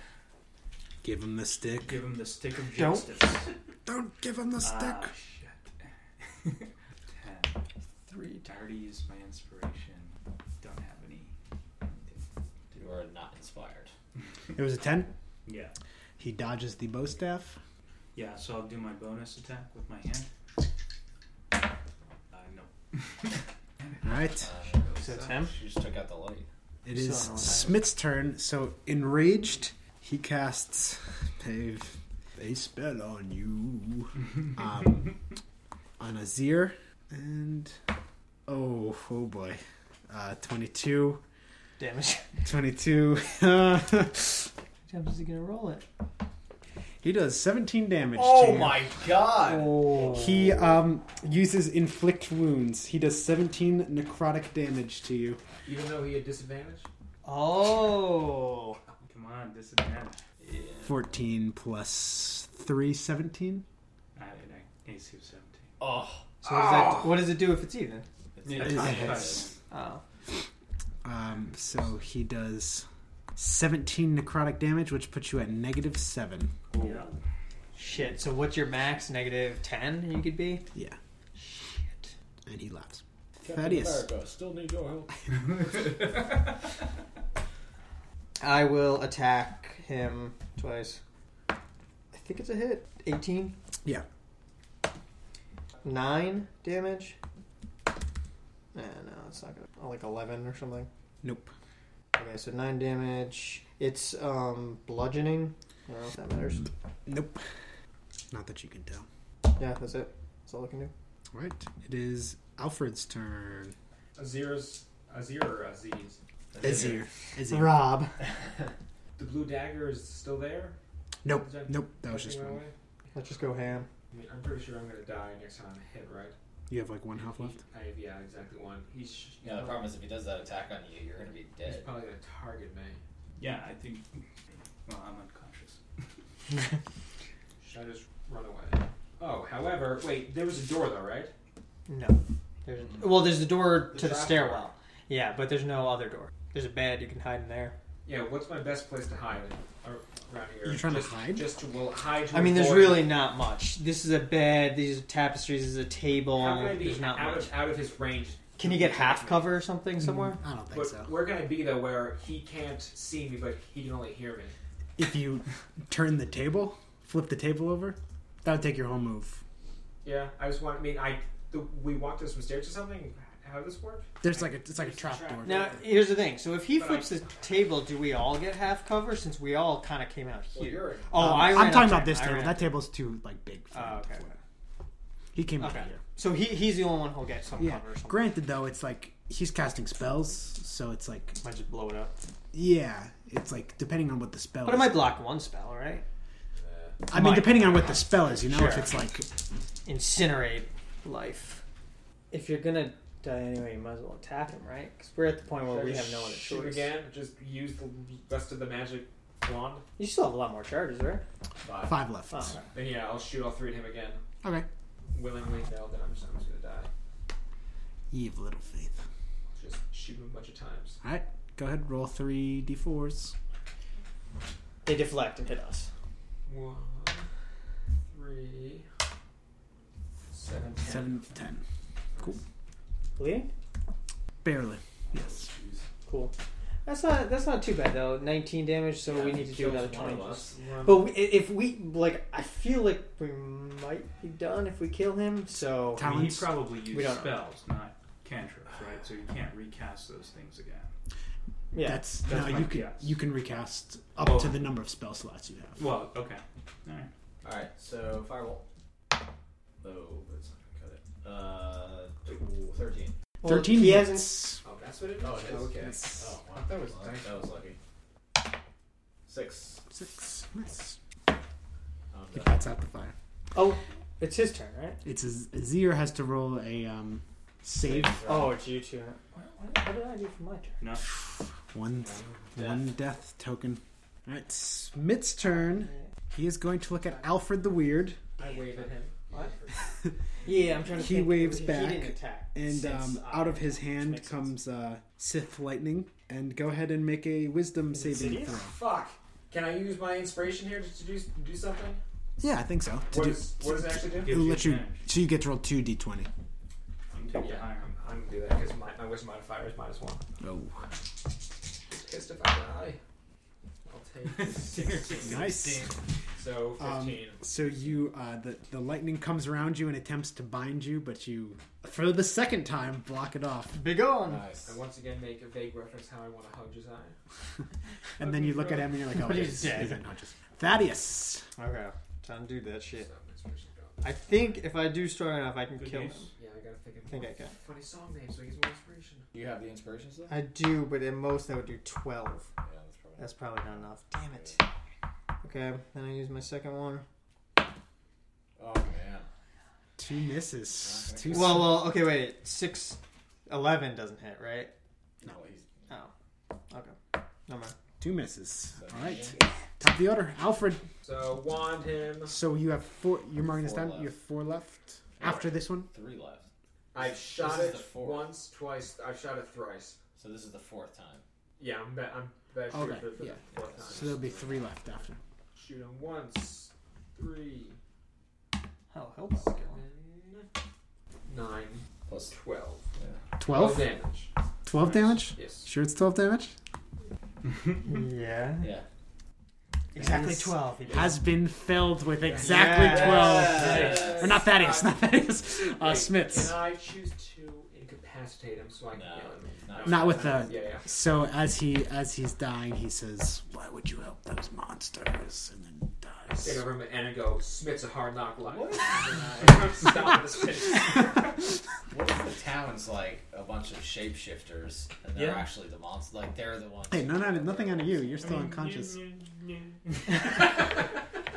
Give him the stick. Uh, give him the stick of Don't. justice. Don't give him the Ah, stick. shit. Ten. Three. I already used my inspiration. Don't have any. You are not inspired. It was a 10. Yeah. He dodges the bow staff. Yeah. So I'll do my bonus attack with my hand. Uh, no. All right. Uh, So it's him? She just took out the light. It Still is don't know what that is. Smith's turn. So enraged, he casts pave a spell on you, um, on Azir, and oh oh boy, uh, 22, Damage. 22. How times is he gonna roll it? he does 17 damage. to Oh you. my god! Oh. He um, uses inflict wounds. He does 17 necrotic damage to you. Even though he had disadvantage. Oh. Come on, disadvantage. 14 plus 3, 17. I have an AC of seventeen. Oh, So what does, that, what does it do if it's even? Yeah, It it's- hits. Oh. Um, so he does 17 necrotic damage, which puts you at negative 7. Yeah. Shit. So what's your max? Negative 10 you could be? Yeah. And he laughs. Thaddeus. still need your help. I will attack him twice. I think it's a hit. 18? Yeah. 9 damage? Eh, no, it's not gonna. oh, Like 11 or something. Nope. Okay, so 9 damage. It's um bludgeoning. I don't know if that matters. Nope. Not that you can tell. Yeah, that's it. That's all I can do. All right. It is Alfred's turn. Azir's Azir or Aziz. Azir. Azir. Rob. The blue dagger is still there. Nope. Is that- Nope. That was just Taking one. away? Let's just go ham. I mean, I'm pretty sure I'm gonna die next time I hit, right? You have like one health left. I have, yeah, exactly one. He's sh- Yeah, the problem is if he does that attack on you, you're gonna be he's dead. probably gonna target me. Yeah, I think. Well, I'm unconscious. Should I just run away? Oh, however, wait, there was a door though, right? No. There's well, there's the door to the trap stairwell. door. Yeah, but there's no other door. There's a bed you can hide in there. Yeah. What's my best place to hide? Ar- Around here. You're trying to Just- hide? Just to well, hide. To I mean, there's avoid- really not much. This is a bed. These are tapestries. This is a table. How can I be There's not out, much. of, out of his range? Can you get half cover or Hmm. something somewhere? I don't think But so. we're gonna be though where he can't see me, but he can only hear me. If you turn the table, flip the table over, that would take your whole move. Yeah, I just want. I mean, I the, we walked up some stairs or something. How does this work? There's like a it's like a trap door. Um, Now, here's the thing. So if he But flips the table, do we all get half cover? Since we all kind of came out Well, here. you're in. uh, Oh, Um, I ran I'm up talking there. about this I table. ran That up there. table's too like big. For Oh, him to okay. flip. He came out Okay. here. So he, he's the only one who'll get some Yeah. cover. Or something. Granted, though, it's like he's casting spells, so it's like Might just blow it up. yeah, it's like depending on what the spell. But it is. might block one spell, right? I mean, might. depending on what the spell is, you know, if Sure. it's like incinerate life. If you're gonna die anyway, you might as well attack him, right? Because we're at the point where Should I we just have no other shoot choice. Again, just use the rest of the magic wand. You still have a lot more charges, right? Five. five left. Oh, Then yeah, I'll shoot all three at him again. Okay, Willingly, no. Then I'm just, I'm just gonna die. ye of little faith. Just shoot him a bunch of times. All right, go ahead, roll three d4s. They deflect and hit us. One, three, seven, ten. Seven to ten. Bleeding? Barely. Yes. Cool. That's not that's not too bad though. 19 damage, so we need to do Kills another one 20. of just- us. But we, i- if we like, I feel like we might be done if we kill him. So I mean, he Talents? probably used We don't know. spells, not cantrips, right? So you can't recast those things again. yeah, That's, that's no. my You can guess. you can recast up Oh. to the number of spell slots you have. Well, okay. All right. Alright, so firewall. Oh, that's not gonna cut it. Uh, ooh, 13. Well, Thirteen He hasn't. hits. Oh, that's what it is? Oh, it is. Okay. Oh, wow. That was Well, nice. That was lucky. Six. Six. Nice. Um, He bats out the fire. Oh, it's his turn, right? It's a, Azir has to roll a um, save. Oh, it's you two. What, what, what did I do for my turn? No. One one death token. All right, Smith's turn. He is going to look at Alfred the Weird, I wave at him. Yeah, I'm trying to. He think. waves he, back, didn't attack. and since um, I- out of his which hand makes sense. comes uh, Sith lightning. And go ahead and make a Wisdom it saving Sidious? throw. Fuck. Can I use my inspiration here to, to do, to do something? Yeah, I think so. To What do, does, what does it actually do? Gives it'll you let you. advantage. So you get to roll two d20. You take the higher. I'm, I'm gonna do that because my, my wisdom modifier is minus one. Oh, Pissed if I die. I'll take. Seriously. nice. So Um, fifteen. So you, uh, the the lightning comes around you and attempts to bind you, but you, for the second time, block it off. Big on. Nice. I once again make a vague reference how I want to hug Josiah. And then you look at him and you're like, oh, But he's he's, dead. he's unconscious. Thaddeus. Okay, time to do that shit. So I'm inspiration drop. I think if I do strong enough, I can Good kill news. him. Yeah, I gotta think of I think more I can. funny song name so he gets more inspiration. You have the inspiration stuff? I do, but at most that would do 12. Yeah, that's probably. That's probably not enough. Damn it. Okay, then I use my second one. Oh, man. Two misses. Two Well, well, okay, wait. 6, 11 doesn't hit, right? No. Well, he's- Oh. Okay. Never mind. Two misses. All right. Top of the order, Alfred. So wand him. So you have four. You're marking this Four down. left. You have four left after this one. Three left. I've This shot is it the fourth. once, twice. I've shot it thrice. So this is the fourth time. Yeah, I'm bet. I'm bet Okay, for, for yeah. the fourth time. So there'll be three left after. Shoot him once, three, Hell, help us. seven, nine, Plus twelve. Twelve Twelve. damage. Twelve damage. Yes. Sure, it's twelve damage. Yeah. Yeah. Exactly Yes. 12. Has been filled with exactly Yes. twelve. Yes. Or not Thaddeus. Not Thaddeus. Uh, Wait, Smiths. Can I choose to incapacitate him so I can? No, kill him? not- Not with the- Yeah, yeah. So as he as he's dying, he says, "Why would you help those monsters?" And then Take dies. over him and I go. Smith's a hard knock life. What? Stop this bitch. What if the town's like a bunch of shapeshifters and they're Yeah. actually the monsters? Like they're the ones. Hey, none out of, nothing out of you. You're still unconscious.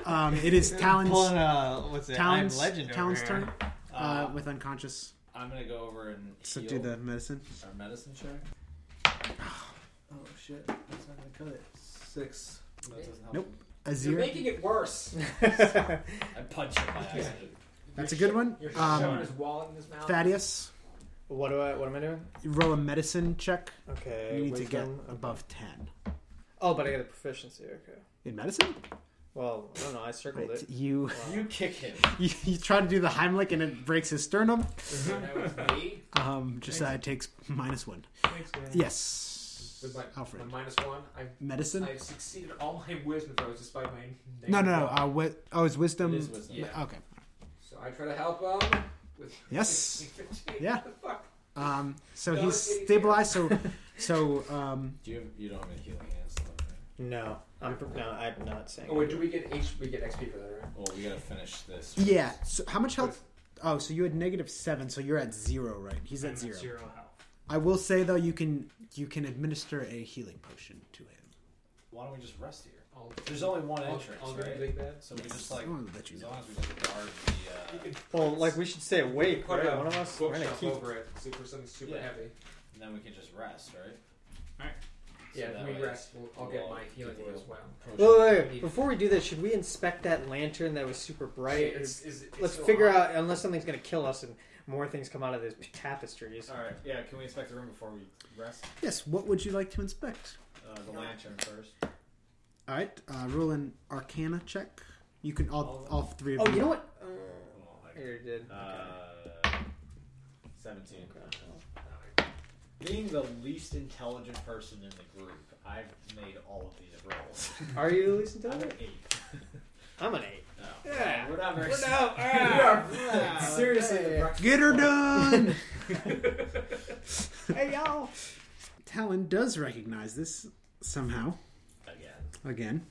Um, it is Pulling, Talon's uh, what's it? Talon's I'm legend over Talon's here. turn uh, Um, with unconscious. I'm gonna go over and So heal do the medicine. our medicine check. Oh shit, that's not gonna cut it. Six. That doesn't help. Nope. You're Azir. making it worse. I punch it by accident. That's a good one. You're shoving Um, his wallet in his mouth. Thaddeus, What do I? What am I doing? you roll a medicine check. Okay. You need to get wisdom, okay. above ten Oh, but I got a proficiency. Okay. in medicine. Well, I don't know. I circled Right. it. You, You kick him. you you try to do the Heimlich and it breaks his sternum. So that was me. Um, Josiah takes minus one. Thanks, man. Yes, With my, my Alfred. minus one, I've Medicine. I've succeeded all my wisdom throws despite my negative No, no, no. one. Uh, wi- oh, it's wisdom. It is wisdom. Yeah. Okay. So I try to help him with. Yes. Yeah. What the fuck? Um, so No, he's it's getting stabilized. So, so um, Do you have, you don't have any healing hands though, right? No, I'm no, I'm not saying. Oh, wait, do we get H? We get XP for that, right? Well, we gotta finish this. yeah. So how much health? Oh, so you had negative seven. So you're at zero, right? He's I'm at at zero. zero health. I will say though, you can you can administer a healing potion to him. Why don't we just rest here? I'll, There's only one I'll, entrance, I'll right? give big bad. So we just like I wanted to let you as know. long as we just guard the. Uh, Well, like we should stay awake, Put right? a One of us. We're gonna bookshelf keep. over it so for something super Yeah. heavy. and then we can just rest, right? So Yeah, that if we way- rest, we'll, I'll get we'll my all healing get word as healed. well. Wait, wait, wait. Before we do that, should we inspect that lantern that was super bright? It's, is, it's Let's still figure on. out unless something's gonna kill us and more things come out of those tapestries. Alright, yeah, can we inspect the room before we rest? Yes. What would you like to inspect? Uh, the lantern first. Uh, All right, uh, roll an Arcana check. You can all all three of Oh, you. you know what? Uh, Oh, I like, already did. uh, 17. Being the least intelligent person in the group, I've made all of these rolls. Are you the least I'm an intelligent? 8. I'm an eight. No. Yeah. We're not very We're not- we are Uh, seriously the Brux- Get her done. Hey y'all. Talon does recognize this somehow. again. Again,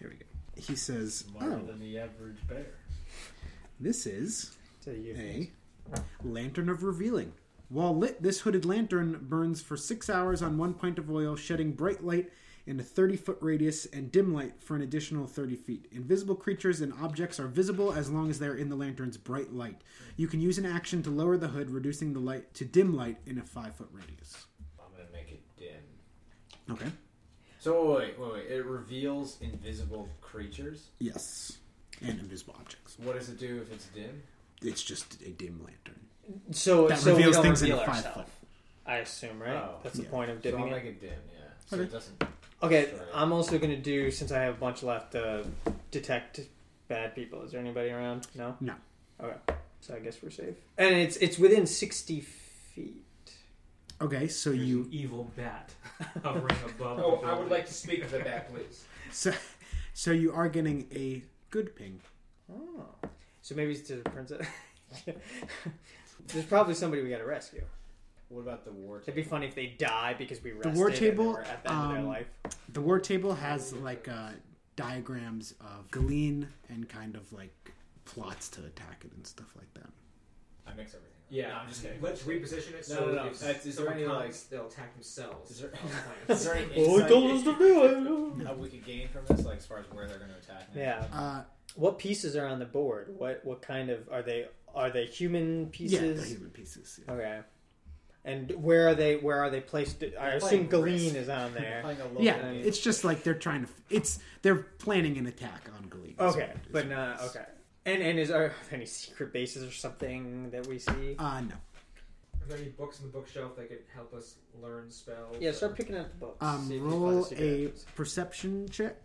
here we go. He says, Smarter "Oh, than the average bear. this is To you. a lantern of revealing." While lit, this hooded lantern burns for six hours on one pint of oil, shedding bright light in a 30 foot radius and dim light for an additional 30 feet. Invisible creatures and objects are visible as long as they are in the lantern's bright light. You can use an action to lower the hood, reducing the light to dim light in a five foot radius. I'm gonna make it dim. Okay. So wait, wait, wait. It reveals invisible creatures. Yes. And invisible objects. What does it do if it's dim? It's just a dim lantern. So That so we reveals don't things reveal in a five ourselves, I assume, right? Oh. That's the Yeah. point of So dipping I'll it. make it dim. Yeah. So Okay. it doesn't. Okay, Sorry. I'm also gonna do since I have a bunch left. Uh, detect bad people. Is there anybody around? No. No. Okay, so I guess we're safe. And it's it's within sixty feet. Okay, so There's you an evil bat hovering above. the Oh, I would building. like to speak to the back, please. so, so you are getting a good ping. Oh, so maybe it's to the princess. There's probably somebody we gotta rescue. What about the war? It'd be funny if they die because we rested war table, and they were at the end of their um, life. The war table has like uh, diagrams of Galeen and kind of like plots to attack it and stuff like that. I mix everything. up. Yeah, No, I'm just kidding. Let's reposition it No, so no, no. if That's- is there someone any, comes, they'll attack themselves. Is there- on the plans. Is there any Oh, he insight told us to do that we could gain from this, like as far as where they're going to attack? Next? Yeah. Uh, What pieces are on the board? What what kind of are they? Are they human yeah, the pieces? human pieces. Yeah, Okay. And where are they? Where are they placed? I assume playing Galeen Risk. is on there. Playing a local Yeah, game. it's just like they're trying to. It's they're planning an attack on Galeen. is okay, what it is. but not okay. And and is are there any secret bases or something that we see? Uh, no. Are there any books in the bookshelf that could help us learn spells? Uh, Yeah, or- start picking up the books. see Um, if we find roll secret a entrance. perception check.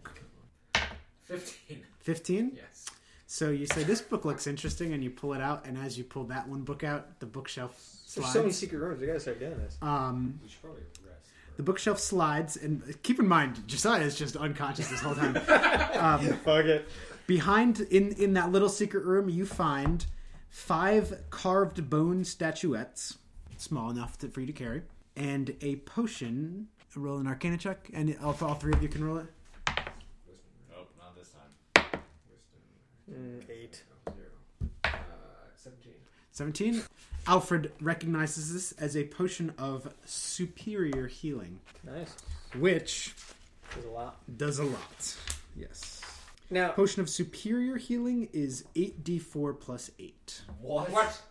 Fifteen. Fifteen. Yes. So you say this book looks interesting, and you pull it out, and as you pull that one book out, the bookshelf There's so many slides. secret rooms. We gotta start doing this. Um, We should probably rest. the bookshelf slides, and keep in mind Josiah is just unconscious this whole time. um, Fuck it. behind in in that little secret room, you find five carved bone statuettes, small enough to, for you to carry, and a potion. Roll an Arcana check, and all, all three of you can roll it. Nope, not this time. Mm, eight. Zero. Uh, Seventeen. Seventeen. Alfred recognizes this as a potion of superior healing, Nice. which There's a lot. does a lot. Yes. Now, Potion of Superior Healing is 8d4 plus 8. What? What?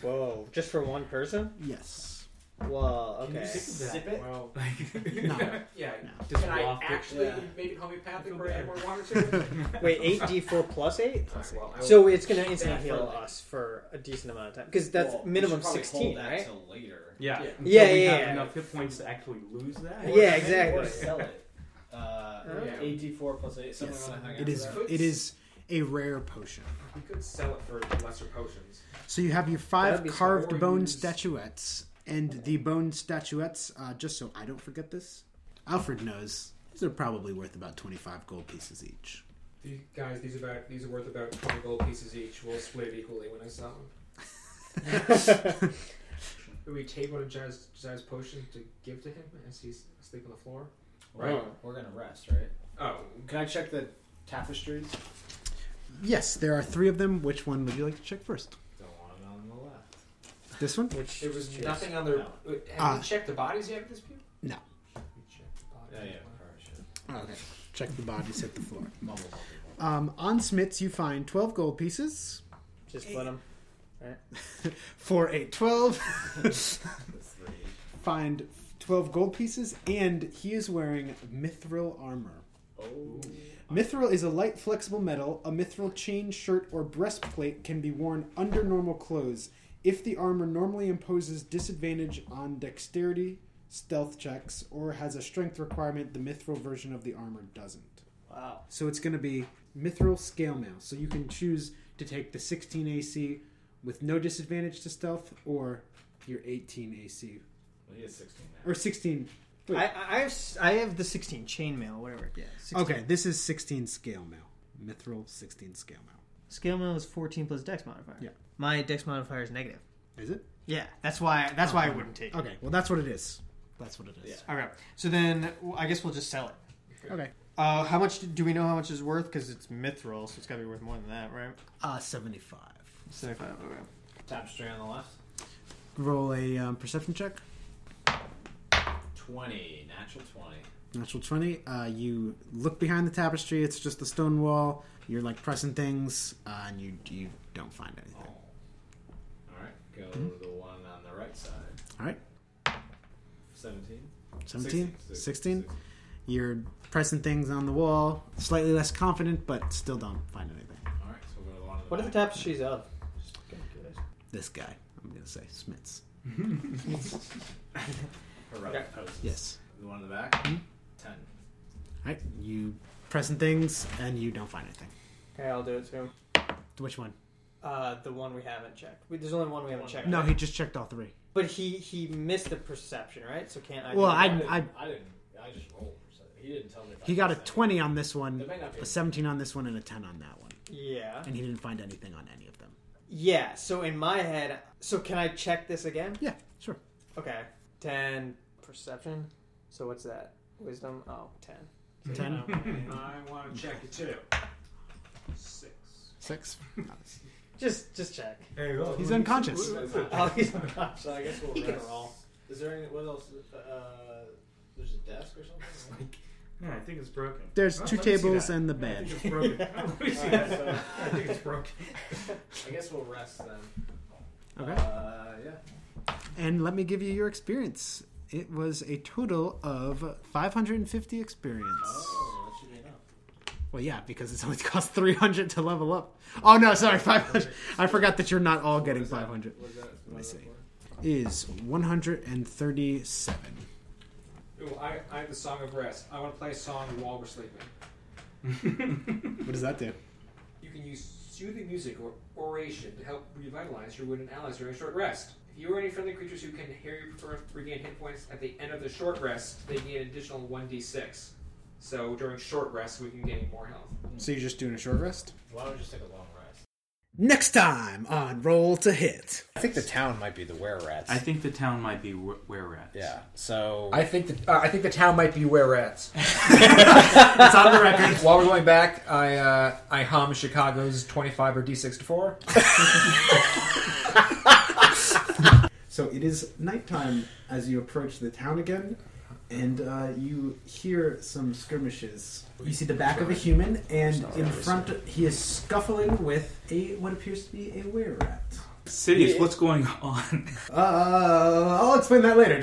whoa, just for one person? Yes. Whoa. Can Okay. you sip Sip that? it? Wow. No. Yeah. Just Can I waft it. actually Yeah. make it homeopathic I feel or bad. add more water to it? Wait, eight D four plus eight. Alright, well, I will- So it's gonna Keep instantly that heal for- us for a decent amount of time because that's Well, we minimum should probably sixteen, hold that right? Till later. Yeah. Yeah. Until Yeah, we yeah, have yeah. Enough hit points to actually lose that. Yeah, Or- exactly. Oh. Or sell it. Uh, Yeah. eighty-four plus eight. Someone Yes. want to hang It is That? it is a rare potion. We could sell it for lesser potions. So you have your That'd five be carved smart. bone Use- statuettes and the bone statuettes uh, just so I don't forget this. Alfred knows. These are probably worth about 25 gold pieces each. These guys, these about these are worth about twenty gold pieces each. We'll split it equally when I sell them. Do we take one of Jazz Jazz potions to give to him as he's asleep on the floor? Right. Oh. We're gonna rest, right? Oh, Can I check the tapestries? Yes, there are 3 of them. Which one would you like to check first? Don't want it on the left. This one? Which there was cheers. nothing on their. uh, No. Have Ah. we checked the bodies yet at this point? No. We checked the bodies. Yeah, yeah. Oh, Okay. Check the bodies hit the floor. Um, on Smits you find 12 gold pieces. Just let them. for a 12 find 12 gold pieces and he is wearing mithril armor Oh. mithril is a light flexible metal a mithril chain shirt or breastplate can be worn under normal clothes if the armor normally imposes disadvantage on dexterity stealth checks or has a strength requirement the mithril version of the armor doesn't Wow. So it's going to be Mithril Scale Mail. So you can choose to take the 16 AC with no disadvantage to stealth or your 18 AC. Well, he has 16 now. Or 16. Wait. I, I, I have, s- I have the 16 chainmail, whatever. Yeah. 16. Okay, this is 16 Scale Mail. Mithril 16 Scale Mail. Scale mail is 14 plus dex modifier. Yeah. My dex modifier is negative. Is it? Yeah, that's why that's why I wouldn't take it. Okay, well, that's what it is. That's what it is. All right. So then w- I guess we'll just sell it. Okay. Uh, how much do we know how much it's worth? Because it's mithril, so it's got to be worth more than that, right? Uh, 75. 75, okay. Top straight on the left. Roll a um, perception check. 20. Natural 20. Natural 20. Uh, you look behind the tapestry. It's just the stone wall. You're like pressing things, uh, and you you don't find anything. Alright, Oh. go to the one on the right side. All right. 17. 17? 16? You're pressing things on the wall. Slightly less confident, but still don't find anything. Alright, so we'll go to the one on the What are the back. tapestries of? This guy, I'm going to say, Smiths. Her right post. Yes. The one in the back? 10. All right. You pressing things, and you don't find anything. Okay, I'll do it too. Which one? Uh, the one we haven't checked. We, there's only one we haven't checked. No, he just checked all three. But he he missed the perception, right? So can't I? Well, do that? I- I, didn't- I didn't. I just rolled. So he didn't tell me. If He I got a missed anything. 20 on this There one, may not be a 17 on this one, and a 10 on that one. Yeah. And he didn't find anything on any of them. Yeah. So in my head, so can I check this again? Yeah, sure. Okay. Ten perception. So what's that? Wisdom. Oh, ten. 10? I want to check it too. Six. 6? Just just check. Hey, well, He's unconscious. Oh, he's unconscious. So I guess we'll He can rest. roll. Is there any. What else? Uh, there's a desk or something? No, I think it's broken. There's Oh, two let me see tables that. and the I bed. think it's broken. Let me see Alright, that. so- I think it's broken. I guess we'll rest then. Okay. Uh, yeah. And let me give you your experience. It was a total of 550 experience. Oh, that should be enough. Well, yeah, because it's only cost 300 to level up. Oh, no, sorry, 500. I forgot that you're not all getting 500. What is that? Let me see. Is 137. Ooh, I, I have the Song of Rest. I want to play a song while we're sleeping. What does that do? You can use soothing music or oration to help revitalize your wounded allies during a short rest. If you or any friendly creatures who can hear you prefer regain hit points at the end of the short rest, they gain an additional 1d6. So during short rest, we can gain more health. So you're just doing a short rest? Why don't we just take a long rest? Next time on Roll to Hit. I think the town might be the were rats. I think the town might be wh- where we're at. yeah. So I think the, uh, I think the town might be where rats. It's on the record. While we're going back, I uh, I hum Chicago's twenty five or D six to four. So it is nighttime as you approach the town again, and uh, you hear some skirmishes. You see the back of a human, and in front he is scuffling with a what appears to be a were rat. Cities, what's going on? Uh, I'll explain that later.